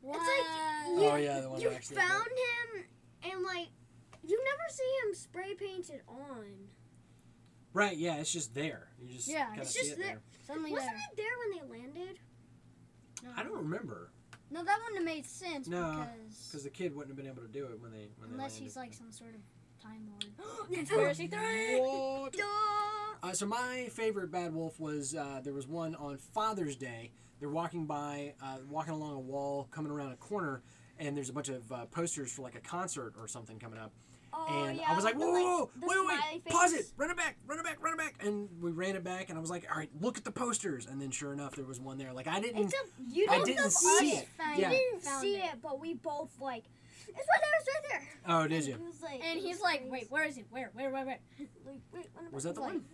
[SPEAKER 2] What?
[SPEAKER 3] like
[SPEAKER 1] you- Oh, yeah, the one
[SPEAKER 3] you
[SPEAKER 1] who actually-
[SPEAKER 3] found him and like you never see him spray painted on.
[SPEAKER 1] Right. Yeah. It's just there. You just
[SPEAKER 2] Yeah,
[SPEAKER 1] Kind of
[SPEAKER 2] it's
[SPEAKER 1] see
[SPEAKER 3] just
[SPEAKER 1] it
[SPEAKER 3] there.
[SPEAKER 1] there.
[SPEAKER 2] Suddenly
[SPEAKER 3] Wasn't
[SPEAKER 2] there.
[SPEAKER 3] it there when they landed?
[SPEAKER 2] No.
[SPEAKER 1] I don't remember
[SPEAKER 2] No, that wouldn't have made sense
[SPEAKER 1] No, because
[SPEAKER 2] because
[SPEAKER 1] the kid wouldn't have been able to do it when they when
[SPEAKER 2] unless
[SPEAKER 1] they
[SPEAKER 2] he's like some sort of time lord.
[SPEAKER 1] conspiracy
[SPEAKER 2] Conspiracy theory.
[SPEAKER 1] What?
[SPEAKER 3] Duh.
[SPEAKER 1] Uh, so my favorite Bad Wolf was uh, there was one on Father's Day. They're walking by, uh, walking along a wall, coming around a corner, and there's a bunch of uh, posters for like a concert or something coming up.
[SPEAKER 3] Oh,
[SPEAKER 1] and
[SPEAKER 3] yeah,
[SPEAKER 1] I was like,
[SPEAKER 3] with
[SPEAKER 1] whoa,
[SPEAKER 3] the,
[SPEAKER 1] whoa,
[SPEAKER 3] the
[SPEAKER 1] whoa, wait,
[SPEAKER 3] smiley
[SPEAKER 1] wait, pause it,
[SPEAKER 3] face.
[SPEAKER 1] run it back, run it back, run it back, and we ran it back, and I was like, all right, look at the posters, and then sure enough, there was one there. Like I didn't,
[SPEAKER 3] It's a, you
[SPEAKER 1] I
[SPEAKER 3] both
[SPEAKER 1] didn't
[SPEAKER 3] of us
[SPEAKER 1] see it.
[SPEAKER 2] found
[SPEAKER 1] Yeah.
[SPEAKER 2] it.
[SPEAKER 3] didn't
[SPEAKER 2] Found
[SPEAKER 3] see
[SPEAKER 2] it.
[SPEAKER 3] it. but we both like it's right there, it's right there.
[SPEAKER 1] oh, did
[SPEAKER 3] He
[SPEAKER 1] you?
[SPEAKER 3] was like,
[SPEAKER 2] And
[SPEAKER 3] it
[SPEAKER 2] he's
[SPEAKER 3] was
[SPEAKER 2] like,
[SPEAKER 3] crazy.
[SPEAKER 2] wait, where is it? Where? Where? Where? Where?
[SPEAKER 3] Like, wait, what
[SPEAKER 1] Was
[SPEAKER 3] about-
[SPEAKER 1] that the
[SPEAKER 3] like,
[SPEAKER 1] one?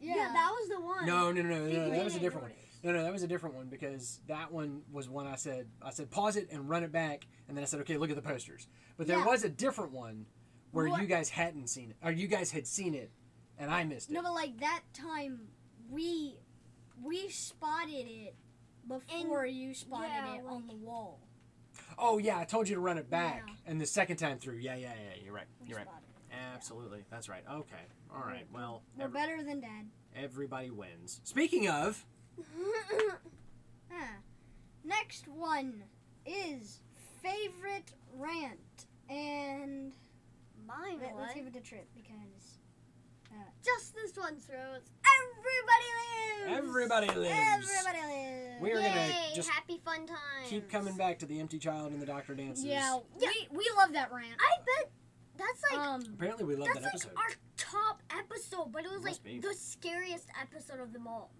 [SPEAKER 3] Yeah. that was the one.
[SPEAKER 1] No, no, no, no, no, that was a
[SPEAKER 3] didn't
[SPEAKER 1] different one.
[SPEAKER 3] notice.
[SPEAKER 1] No, no, that was a different one because that one was one I said I said pause it and run it back, and then I said okay, look at the posters. But there
[SPEAKER 2] Yeah.
[SPEAKER 1] was a different one where
[SPEAKER 2] What?
[SPEAKER 1] you guys hadn't seen it, or you guys had seen it, and I missed it.
[SPEAKER 2] No, but like that time we we spotted it before you spotted
[SPEAKER 3] yeah,
[SPEAKER 2] it on the wall.
[SPEAKER 1] oh yeah, I told you to run it back,
[SPEAKER 2] Yeah.
[SPEAKER 1] and the second time through, yeah, yeah, yeah, you're right,
[SPEAKER 2] We
[SPEAKER 1] you're right,
[SPEAKER 2] spotted it.
[SPEAKER 1] absolutely, that's right. Okay, all right, well,
[SPEAKER 2] We're
[SPEAKER 1] every-
[SPEAKER 2] better than dad.
[SPEAKER 1] everybody wins. Speaking of,
[SPEAKER 2] Ah. Next one is favorite rant and
[SPEAKER 3] Mine
[SPEAKER 2] let,
[SPEAKER 3] was
[SPEAKER 2] us give it a trip because
[SPEAKER 3] just this one throws. Everybody lives.
[SPEAKER 1] everybody lives.
[SPEAKER 2] everybody lives.
[SPEAKER 1] We are gonna
[SPEAKER 3] Yay,
[SPEAKER 1] just
[SPEAKER 3] happy fun time.
[SPEAKER 1] Keep coming back to the empty child and the doctor dances.
[SPEAKER 2] yeah,
[SPEAKER 3] Yeah.
[SPEAKER 2] we we love that rant.
[SPEAKER 3] I bet that's like
[SPEAKER 2] um,
[SPEAKER 1] Apparently, we Oh. love
[SPEAKER 3] that's
[SPEAKER 1] that
[SPEAKER 3] like
[SPEAKER 1] episode.
[SPEAKER 3] our top episode, but it was
[SPEAKER 1] Must
[SPEAKER 3] like
[SPEAKER 1] be.
[SPEAKER 3] the scariest episode of them all.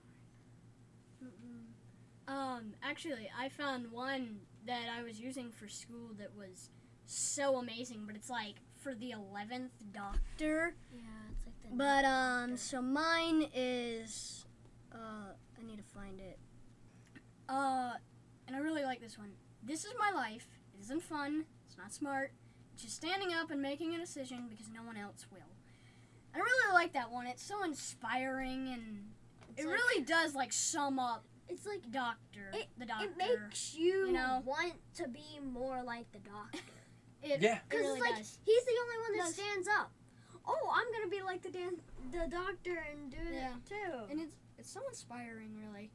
[SPEAKER 2] um, actually, I found one that I was using for school that was so amazing, but it's like for the eleventh Doctor.
[SPEAKER 3] Yeah, it's like the
[SPEAKER 2] But um, so mine is uh, I need to find it. Uh, and I really like this one. This is my life. It isn't fun. It's not smart. It's just standing up and making a decision because no one else will. I really like that one. It's so inspiring and it really does like sum up
[SPEAKER 3] it's like
[SPEAKER 2] Doctor.
[SPEAKER 3] It-
[SPEAKER 2] the Doctor.
[SPEAKER 3] it makes you,
[SPEAKER 2] you know?
[SPEAKER 3] want to be more like the doctor
[SPEAKER 2] It-
[SPEAKER 1] Yeah.
[SPEAKER 2] It
[SPEAKER 3] because
[SPEAKER 2] really
[SPEAKER 3] it's like
[SPEAKER 2] does.
[SPEAKER 3] he's the only one that
[SPEAKER 2] Does.
[SPEAKER 3] stands up. Oh, I'm gonna be like the dan- the doctor and do
[SPEAKER 2] Yeah.
[SPEAKER 3] it too.
[SPEAKER 2] And it's it's so inspiring, really.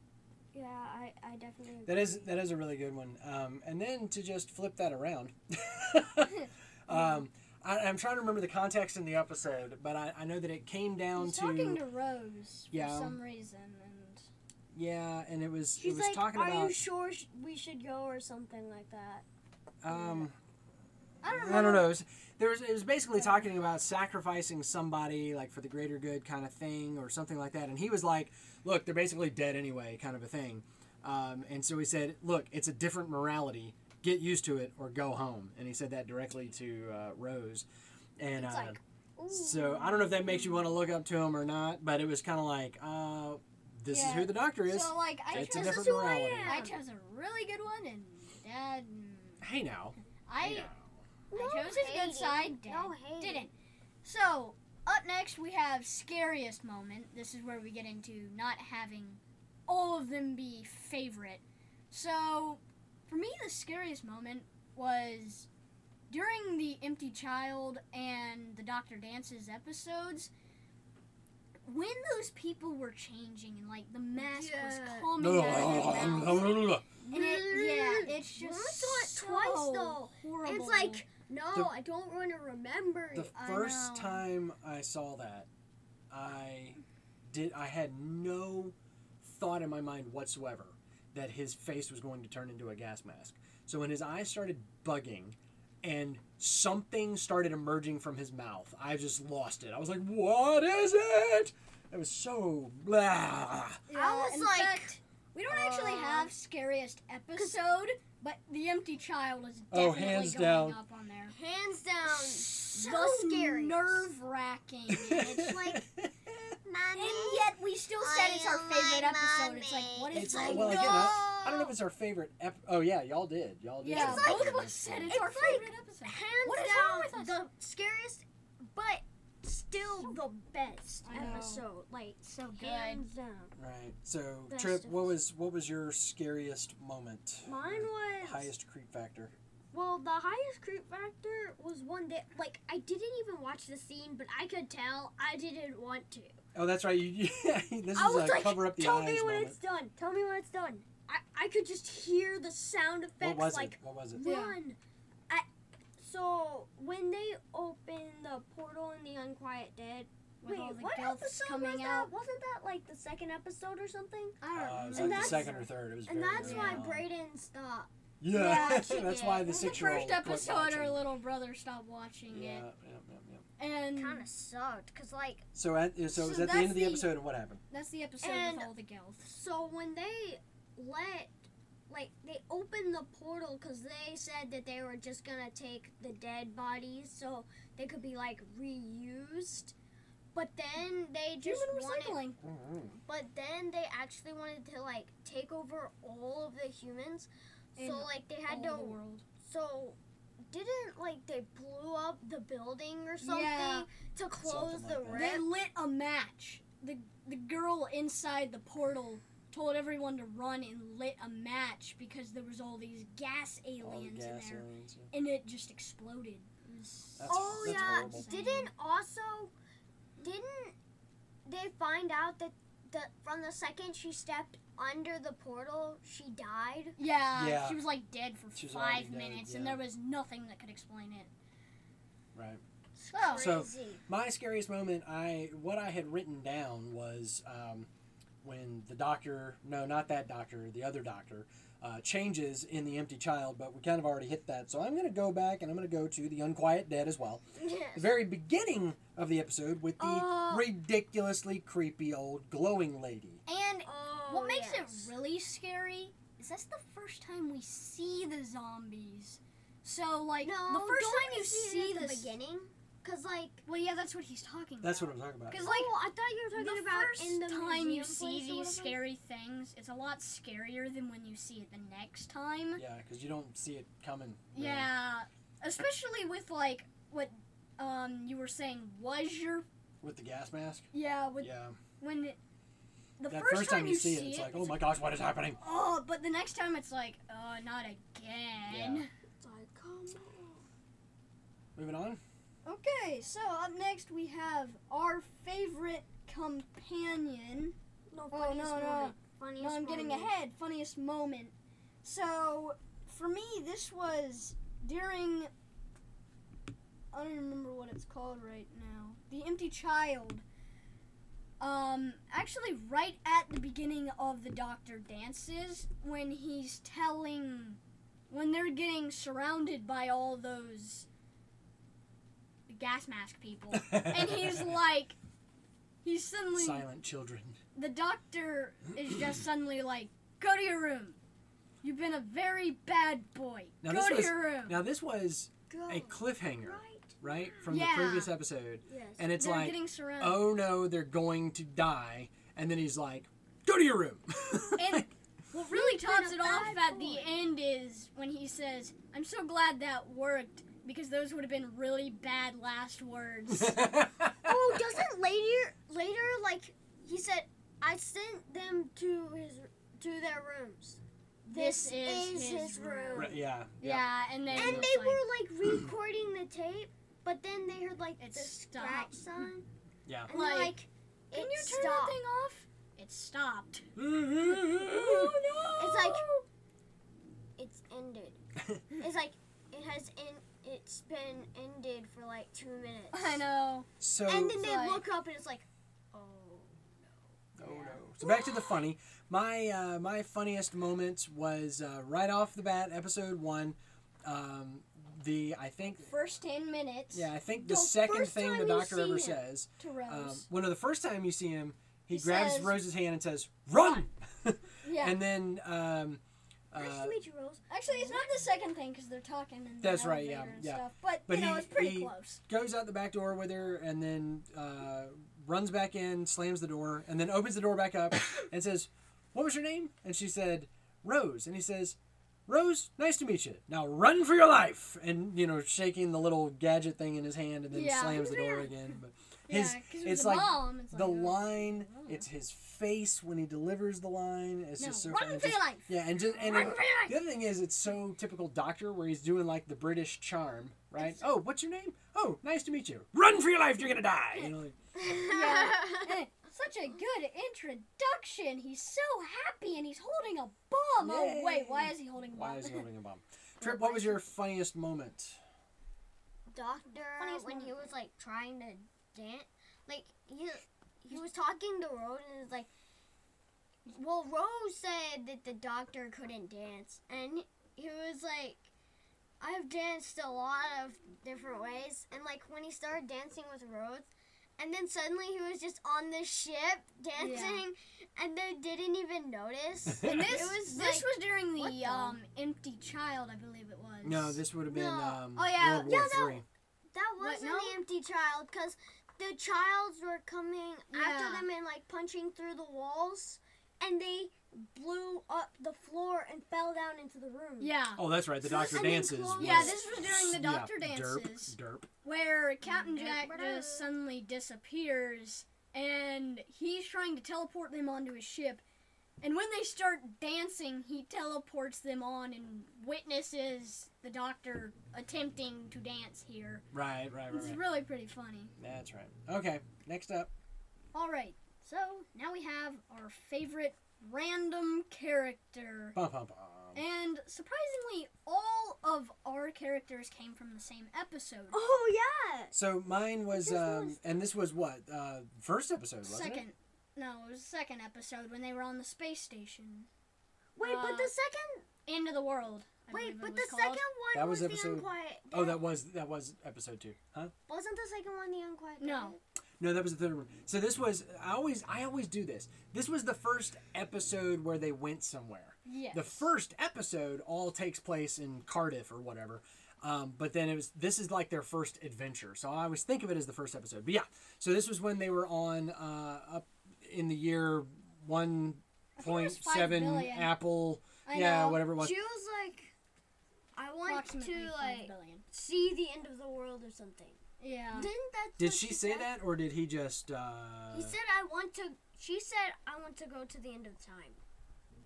[SPEAKER 3] yeah, I, I definitely.
[SPEAKER 1] That is that is a really good one. Um, and then to just flip that around, um, I, I'm trying to remember the context in the episode, but I, I know that it came down
[SPEAKER 2] He's talking
[SPEAKER 1] to
[SPEAKER 2] to Rose for
[SPEAKER 1] Yeah.
[SPEAKER 2] some reason, and
[SPEAKER 1] Yeah, and it was
[SPEAKER 5] She's
[SPEAKER 1] it was
[SPEAKER 5] like,
[SPEAKER 1] talking
[SPEAKER 5] "Are
[SPEAKER 1] about
[SPEAKER 5] you sure sh- we should go or something like that?"
[SPEAKER 1] um
[SPEAKER 3] I don't know.
[SPEAKER 1] I don't know. It was, there was it was basically talking about sacrificing somebody like for the greater good kind of thing or something like that. And he was like, "Look, they're basically dead anyway," kind of a thing. Um, and so he said, "Look, it's a different morality. Get used to it or go home." And he said that directly to uh, Rose. And
[SPEAKER 3] It's
[SPEAKER 1] uh,
[SPEAKER 3] like,
[SPEAKER 1] so I don't know if that makes you want to look up to him or not, but it was kind of like, uh, "This is
[SPEAKER 4] Yeah.
[SPEAKER 1] who the doctor is."
[SPEAKER 2] So like I
[SPEAKER 1] it's a different
[SPEAKER 2] chose this is who I
[SPEAKER 1] morality.
[SPEAKER 2] am. I chose a really good one, and Dad. mm,
[SPEAKER 1] hey now,
[SPEAKER 2] I
[SPEAKER 1] Hey now.
[SPEAKER 2] I chose his good side, Dad
[SPEAKER 3] No hating.
[SPEAKER 2] didn't. So up next we have scariest moment. This is where we get into not having all of them be favorite. So for me, the scariest moment was during the Empty Child and the Doctor Dances episodes. When those people were changing and like the mask was
[SPEAKER 3] Yeah.
[SPEAKER 2] coming out of their mouth. And it, yeah, it's
[SPEAKER 3] You
[SPEAKER 2] just
[SPEAKER 3] only saw it twice
[SPEAKER 2] so
[SPEAKER 3] though.
[SPEAKER 2] Horrible.
[SPEAKER 3] It's like, no,
[SPEAKER 1] The-
[SPEAKER 3] I don't want to remember
[SPEAKER 1] The
[SPEAKER 3] it.
[SPEAKER 2] I
[SPEAKER 1] first
[SPEAKER 2] know.
[SPEAKER 1] time I saw that, I did I had no thought in my mind whatsoever that his face was going to turn into a gas mask. So when his eyes started bugging and something started emerging from his mouth, I just lost it. I was like, "What is it?" It was so blah.
[SPEAKER 2] Yeah,
[SPEAKER 3] I was
[SPEAKER 2] in
[SPEAKER 3] like,
[SPEAKER 2] fact, we don't actually
[SPEAKER 3] uh,
[SPEAKER 2] have scariest episode, but the empty child is definitely
[SPEAKER 1] Oh, hands
[SPEAKER 2] going
[SPEAKER 1] down.
[SPEAKER 2] up on there.
[SPEAKER 3] hands down,
[SPEAKER 2] So
[SPEAKER 3] the scariest.
[SPEAKER 2] nerve wracking.
[SPEAKER 3] it's like-
[SPEAKER 2] and
[SPEAKER 3] mommy.
[SPEAKER 2] yet we still said
[SPEAKER 3] I
[SPEAKER 2] it's our
[SPEAKER 3] am
[SPEAKER 2] favorite
[SPEAKER 3] my
[SPEAKER 2] episode. It's like
[SPEAKER 3] mommy.
[SPEAKER 2] what is
[SPEAKER 1] it's
[SPEAKER 2] going
[SPEAKER 1] well
[SPEAKER 2] on?
[SPEAKER 1] again. I, I don't know if it's our favorite. Ep- oh yeah, y'all did. Y'all did. Oh,
[SPEAKER 2] yeah,
[SPEAKER 3] It's like-
[SPEAKER 2] both of us said it's,
[SPEAKER 3] it's
[SPEAKER 2] our
[SPEAKER 3] like-
[SPEAKER 2] favorite episode.
[SPEAKER 3] Hands
[SPEAKER 2] What is wrong
[SPEAKER 3] down,
[SPEAKER 2] with
[SPEAKER 3] the scariest, but still the best
[SPEAKER 2] I know.
[SPEAKER 3] episode. Like,
[SPEAKER 2] So good.
[SPEAKER 3] hands down.
[SPEAKER 1] Right. So
[SPEAKER 3] Best
[SPEAKER 1] Trip,
[SPEAKER 3] of
[SPEAKER 1] what
[SPEAKER 3] us.
[SPEAKER 1] was what was your scariest moment?
[SPEAKER 3] Mine was
[SPEAKER 1] highest creep factor.
[SPEAKER 3] Well, the highest creep factor was one that, like, I didn't even watch the scene, but I could tell I didn't want to.
[SPEAKER 1] Oh, that's right. You, you, this
[SPEAKER 3] I
[SPEAKER 1] is
[SPEAKER 3] was
[SPEAKER 1] a
[SPEAKER 3] like,
[SPEAKER 1] cover up the
[SPEAKER 3] tell
[SPEAKER 1] eyes
[SPEAKER 3] me when
[SPEAKER 1] moment.
[SPEAKER 3] it's done. Tell me when it's done. I, I could just hear the sound
[SPEAKER 1] what
[SPEAKER 3] effects,
[SPEAKER 1] was
[SPEAKER 3] like,
[SPEAKER 1] it? What was it?
[SPEAKER 2] Yeah.
[SPEAKER 3] run. I, so, when they open the portal in the Unquiet Dead,
[SPEAKER 2] With
[SPEAKER 3] wait,
[SPEAKER 2] all the
[SPEAKER 3] what
[SPEAKER 2] ghosts
[SPEAKER 3] episode
[SPEAKER 2] coming
[SPEAKER 3] was
[SPEAKER 2] out.
[SPEAKER 3] that? Wasn't that, like, the second episode or something?
[SPEAKER 2] I don't
[SPEAKER 1] Uh, it was
[SPEAKER 3] And
[SPEAKER 1] like the
[SPEAKER 2] remember.
[SPEAKER 3] that's-
[SPEAKER 1] second or third. It was
[SPEAKER 3] And
[SPEAKER 1] very,
[SPEAKER 3] that's
[SPEAKER 1] very
[SPEAKER 3] why
[SPEAKER 1] long.
[SPEAKER 3] Braden stopped.
[SPEAKER 1] Yeah,
[SPEAKER 2] Yeah,
[SPEAKER 3] she
[SPEAKER 1] that's
[SPEAKER 3] did.
[SPEAKER 1] why the
[SPEAKER 3] It
[SPEAKER 2] It was the
[SPEAKER 1] six year old.
[SPEAKER 2] first episode her little brother stopped watching
[SPEAKER 1] Yeah, yeah,
[SPEAKER 2] it.
[SPEAKER 1] yeah, yeah.
[SPEAKER 2] And
[SPEAKER 3] Kind of sucked, because, like,
[SPEAKER 1] So at so, it
[SPEAKER 2] So
[SPEAKER 1] was at the end
[SPEAKER 2] that's
[SPEAKER 1] of the
[SPEAKER 2] the-
[SPEAKER 1] episode, and what happened?
[SPEAKER 2] that's the episode
[SPEAKER 3] And-
[SPEAKER 2] with all the ghosts.
[SPEAKER 3] So when they let, like, they opened the portal because they said that they were just gonna take the dead bodies so they could be like reused. But then they just
[SPEAKER 2] Human
[SPEAKER 3] wanted.
[SPEAKER 2] recycling.
[SPEAKER 3] But then they actually wanted to like take over all of the humans.
[SPEAKER 2] And
[SPEAKER 3] so like they had
[SPEAKER 2] all
[SPEAKER 3] to.
[SPEAKER 2] the world.
[SPEAKER 3] So didn't like they blew up the building or something
[SPEAKER 2] Yeah.
[SPEAKER 3] to close
[SPEAKER 1] Something
[SPEAKER 3] the
[SPEAKER 1] like
[SPEAKER 2] They
[SPEAKER 3] rift?
[SPEAKER 2] lit a match. The the girl inside the portal told everyone to run and lit a match because there was all these gas
[SPEAKER 1] All the
[SPEAKER 2] aliens in
[SPEAKER 1] gas
[SPEAKER 2] there,
[SPEAKER 1] aliens. yeah.
[SPEAKER 2] and it just exploded. It was
[SPEAKER 1] That's-
[SPEAKER 3] Oh
[SPEAKER 1] that's
[SPEAKER 3] yeah.
[SPEAKER 1] horrible.
[SPEAKER 3] Didn't also didn't they find out that the from the second she stepped under the portal, she died?
[SPEAKER 2] yeah,
[SPEAKER 1] Yeah.
[SPEAKER 2] she was like dead for
[SPEAKER 1] She was already
[SPEAKER 2] five
[SPEAKER 1] dead,
[SPEAKER 2] minutes,
[SPEAKER 1] yeah.
[SPEAKER 2] and there was nothing that could explain it.
[SPEAKER 1] Right.
[SPEAKER 2] Oh. So,
[SPEAKER 1] So-
[SPEAKER 3] Crazy.
[SPEAKER 1] My scariest moment, I what I had written down was um, when the doctor, no, not that doctor, the other doctor, uh, changes in the empty child. But we kind of already hit that, so I'm going to go back and I'm going to go to the unquiet dead as well. The
[SPEAKER 3] yes.
[SPEAKER 1] very beginning of the episode with the
[SPEAKER 3] Oh.
[SPEAKER 1] ridiculously creepy old glowing lady.
[SPEAKER 2] and
[SPEAKER 3] Oh,
[SPEAKER 2] what makes
[SPEAKER 3] yes.
[SPEAKER 2] it really scary is that's the first time we see the zombies. So like
[SPEAKER 3] no,
[SPEAKER 2] the first
[SPEAKER 3] don't
[SPEAKER 2] time
[SPEAKER 3] we
[SPEAKER 2] you
[SPEAKER 3] see,
[SPEAKER 2] see
[SPEAKER 3] it at the
[SPEAKER 2] this-
[SPEAKER 3] beginning? Cause like
[SPEAKER 2] well, yeah, that's what he's talking about.
[SPEAKER 1] That's what I'm talking about.
[SPEAKER 2] Because like
[SPEAKER 3] oh, I thought you were talking
[SPEAKER 2] the
[SPEAKER 3] about
[SPEAKER 2] first
[SPEAKER 3] in the
[SPEAKER 2] time you
[SPEAKER 3] museum
[SPEAKER 2] see
[SPEAKER 3] place or
[SPEAKER 2] these
[SPEAKER 3] whatever.
[SPEAKER 2] scary things, it's a lot scarier than when you see it the next time.
[SPEAKER 1] Yeah, because you don't see it coming. really.
[SPEAKER 2] Yeah, especially with like what um you were saying was your
[SPEAKER 1] With the gas mask.
[SPEAKER 2] yeah with
[SPEAKER 1] yeah.
[SPEAKER 2] when it, the
[SPEAKER 1] That
[SPEAKER 2] first, time, you see
[SPEAKER 1] it, it's like, oh my
[SPEAKER 2] like,
[SPEAKER 1] gosh, what is happening?
[SPEAKER 2] oh, but the next time it's like, oh, not again.
[SPEAKER 3] It's like, come
[SPEAKER 2] Oh,
[SPEAKER 3] on.
[SPEAKER 1] Moving on.
[SPEAKER 2] Okay, so up next we have our favorite companion.
[SPEAKER 3] No,
[SPEAKER 2] Oh,
[SPEAKER 3] funniest
[SPEAKER 2] no, no.
[SPEAKER 3] moment. Funniest
[SPEAKER 2] No, I'm getting
[SPEAKER 3] moment.
[SPEAKER 2] ahead. Funniest moment. So, for me, this was during. I don't remember what it's called right now. The Empty Child. Um, actually, right at the beginning of the Doctor dances, when he's telling, when they're getting surrounded by all those gas mask people, and he's like, he's suddenly
[SPEAKER 1] silent children.
[SPEAKER 2] the doctor is just suddenly like, "Go to your room. You've been a very bad boy.
[SPEAKER 1] Now,
[SPEAKER 2] Go
[SPEAKER 1] this
[SPEAKER 2] to
[SPEAKER 1] was-
[SPEAKER 2] your room."
[SPEAKER 1] Now this was
[SPEAKER 3] Go.
[SPEAKER 1] a cliffhanger,
[SPEAKER 3] Right.
[SPEAKER 1] right, from
[SPEAKER 2] Yeah.
[SPEAKER 1] the previous episode,
[SPEAKER 3] Yes.
[SPEAKER 1] and it's
[SPEAKER 2] They're
[SPEAKER 1] like,
[SPEAKER 2] getting surrounded.
[SPEAKER 1] oh no, they're going to die, and then he's like, go to your room.
[SPEAKER 2] And what really
[SPEAKER 3] been
[SPEAKER 2] tops
[SPEAKER 3] a
[SPEAKER 2] it off
[SPEAKER 3] bad
[SPEAKER 2] at
[SPEAKER 3] boy.
[SPEAKER 2] the end is when he says, "I'm so glad that worked." Because those would have been really bad last words.
[SPEAKER 3] oh, doesn't later later like he said I sent them to his to their rooms.
[SPEAKER 2] This is his room.
[SPEAKER 1] Right, yeah, yeah.
[SPEAKER 2] yeah, and then
[SPEAKER 3] And
[SPEAKER 2] it's
[SPEAKER 3] they
[SPEAKER 2] like-
[SPEAKER 3] were like recording the tape, but then they heard like
[SPEAKER 2] It
[SPEAKER 3] the
[SPEAKER 2] stopped.
[SPEAKER 3] scratch sound.
[SPEAKER 1] Yeah.
[SPEAKER 3] And like,
[SPEAKER 2] Like,
[SPEAKER 3] like
[SPEAKER 2] "Can
[SPEAKER 3] it
[SPEAKER 2] you turn
[SPEAKER 3] stopped.
[SPEAKER 2] that thing off?" It stopped.
[SPEAKER 3] It's like it's ended. it's like it has in it's been ended for like two minutes.
[SPEAKER 2] I know.
[SPEAKER 1] so,
[SPEAKER 3] And then
[SPEAKER 2] It's
[SPEAKER 3] they
[SPEAKER 2] like-
[SPEAKER 3] look up and it's like, oh.
[SPEAKER 1] Oh no. So back to the funny. My uh, my funniest moment was uh, right off the bat, episode one. Um, the I think
[SPEAKER 4] First 10 minutes
[SPEAKER 1] yeah I think the,
[SPEAKER 4] The
[SPEAKER 1] second
[SPEAKER 4] first
[SPEAKER 1] thing
[SPEAKER 4] time
[SPEAKER 1] the
[SPEAKER 4] you
[SPEAKER 1] doctor
[SPEAKER 4] see
[SPEAKER 1] ever
[SPEAKER 4] him.
[SPEAKER 1] says.
[SPEAKER 4] to
[SPEAKER 2] Oh,
[SPEAKER 1] Um,
[SPEAKER 4] Rose.
[SPEAKER 1] well, no, the first time you see him, he,
[SPEAKER 4] He
[SPEAKER 1] grabs
[SPEAKER 4] says-
[SPEAKER 1] Rose's hand and says, "Run!"
[SPEAKER 4] yeah.
[SPEAKER 1] And then um,
[SPEAKER 3] nice
[SPEAKER 1] uh,
[SPEAKER 3] to meet you, Rose.
[SPEAKER 4] Actually, it's not the second thing because they're talking and
[SPEAKER 1] That's right, yeah,
[SPEAKER 4] and
[SPEAKER 1] yeah.
[SPEAKER 4] stuff. But,
[SPEAKER 1] But
[SPEAKER 4] you know,
[SPEAKER 1] he-
[SPEAKER 4] it's pretty
[SPEAKER 1] he-
[SPEAKER 4] close.
[SPEAKER 1] goes out the back door with her, and then uh, runs back in, slams the door, and then opens the door back up and says, "What was your name?" And she said, "Rose." And he says, "Rose, nice to meet you. Now run for your life!" And you know, shaking the little gadget thing in his hand, and then
[SPEAKER 2] Yeah.
[SPEAKER 1] slams the door again. But his,
[SPEAKER 2] Yeah, because
[SPEAKER 1] it's
[SPEAKER 2] the
[SPEAKER 1] like
[SPEAKER 2] mom. It's
[SPEAKER 1] the
[SPEAKER 2] like, oh.
[SPEAKER 1] line, it's his face when he delivers the line. It's
[SPEAKER 2] No,
[SPEAKER 1] just so
[SPEAKER 2] run
[SPEAKER 1] funny.
[SPEAKER 2] for
[SPEAKER 1] Just-
[SPEAKER 2] your life.
[SPEAKER 1] Yeah, and just and
[SPEAKER 2] Run
[SPEAKER 1] it-
[SPEAKER 2] for your life.
[SPEAKER 1] the other thing is it's so typical Doctor where he's doing like the British charm, right? Oh, what's your name? Oh, nice to meet you. Run for your life, you're gonna die. You know, like,
[SPEAKER 4] Eh, Such a good introduction. He's so happy and he's holding a bomb. Oh wait, why is he holding a bomb?
[SPEAKER 1] why is he holding a bomb? Trip, what was your funniest moment?
[SPEAKER 3] Doctor,
[SPEAKER 4] Funniest
[SPEAKER 3] when he
[SPEAKER 4] moment.
[SPEAKER 3] was like trying to dance, like he he was talking to Rose and it's like, well, Rose said that the doctor couldn't dance, and he was like. I've danced a lot of different ways, and like when he started dancing with Rose, and then suddenly he was just on the ship dancing, and they didn't even notice.
[SPEAKER 2] And this
[SPEAKER 3] it was
[SPEAKER 2] this
[SPEAKER 3] like,
[SPEAKER 2] was during
[SPEAKER 3] what
[SPEAKER 2] the
[SPEAKER 3] the-
[SPEAKER 2] um empty child, I believe it was.
[SPEAKER 1] No, this would have been
[SPEAKER 3] No.
[SPEAKER 1] um,
[SPEAKER 2] Oh, yeah.
[SPEAKER 1] World War
[SPEAKER 3] Yeah, that-
[SPEAKER 1] Three.
[SPEAKER 3] That
[SPEAKER 2] What,
[SPEAKER 3] wasn't
[SPEAKER 2] no?
[SPEAKER 3] the empty child because the childs were coming after
[SPEAKER 2] Yeah.
[SPEAKER 3] them and like punching through the walls, and they blew up the floor and fell down into the room.
[SPEAKER 2] Yeah.
[SPEAKER 1] Oh, that's right. The
[SPEAKER 3] So this-
[SPEAKER 1] Doctor
[SPEAKER 3] I mean,
[SPEAKER 1] dances.
[SPEAKER 3] clothes-
[SPEAKER 2] Yeah,
[SPEAKER 1] was-
[SPEAKER 2] this was during the
[SPEAKER 1] yeah,
[SPEAKER 2] Doctor Dances,
[SPEAKER 1] Derp, derp.
[SPEAKER 2] where Captain
[SPEAKER 3] Yeah.
[SPEAKER 2] Jack just suddenly disappears, and he's trying to teleport them onto his ship. And when they start dancing, he teleports them on and witnesses the Doctor attempting to dance here.
[SPEAKER 1] Right, right, right,
[SPEAKER 2] It's
[SPEAKER 1] right.
[SPEAKER 2] really pretty funny.
[SPEAKER 1] That's right. Okay, next up.
[SPEAKER 2] All right, so now we have our favorite random character.
[SPEAKER 1] Bum, bum, bum.
[SPEAKER 2] And surprisingly, all of our characters came from the same episode.
[SPEAKER 3] Oh yeah.
[SPEAKER 1] So mine was,
[SPEAKER 3] This
[SPEAKER 1] um,
[SPEAKER 3] was-
[SPEAKER 1] and this was what uh, first episode, wasn't it?
[SPEAKER 2] second, no, it was the second episode when they were on the space station.
[SPEAKER 3] Wait,
[SPEAKER 2] Uh,
[SPEAKER 3] but the second.
[SPEAKER 2] End of the world. I
[SPEAKER 3] Wait,
[SPEAKER 2] believe it
[SPEAKER 3] but the
[SPEAKER 2] was called.
[SPEAKER 3] second one
[SPEAKER 1] That was
[SPEAKER 3] was, the
[SPEAKER 1] episode-
[SPEAKER 3] unquiet.
[SPEAKER 1] Oh, that was that was episode two, huh?
[SPEAKER 3] wasn't the second one the unquiet.
[SPEAKER 2] No.
[SPEAKER 3] Dead?
[SPEAKER 1] No, that was the third one. So this was I always I always do this. This was the first episode where they went somewhere.
[SPEAKER 2] Yes.
[SPEAKER 1] The first episode all takes place in Cardiff or whatever. Um, but then it was this is like their first adventure. So I always think of it as the first episode. But yeah, so this was when they were on uh, up in the year one point
[SPEAKER 2] five
[SPEAKER 1] seven
[SPEAKER 2] billion.
[SPEAKER 1] Apple.
[SPEAKER 2] I
[SPEAKER 1] yeah,
[SPEAKER 2] know.
[SPEAKER 1] whatever it was.
[SPEAKER 3] She was like, I want to
[SPEAKER 2] approximately five
[SPEAKER 3] like
[SPEAKER 2] billion.
[SPEAKER 3] see the end of the world or something.
[SPEAKER 2] Yeah.
[SPEAKER 3] Didn't that?
[SPEAKER 1] Did she say that or did he just? Uh,
[SPEAKER 3] He said, "I want to." She said, "I want to go to the end of time."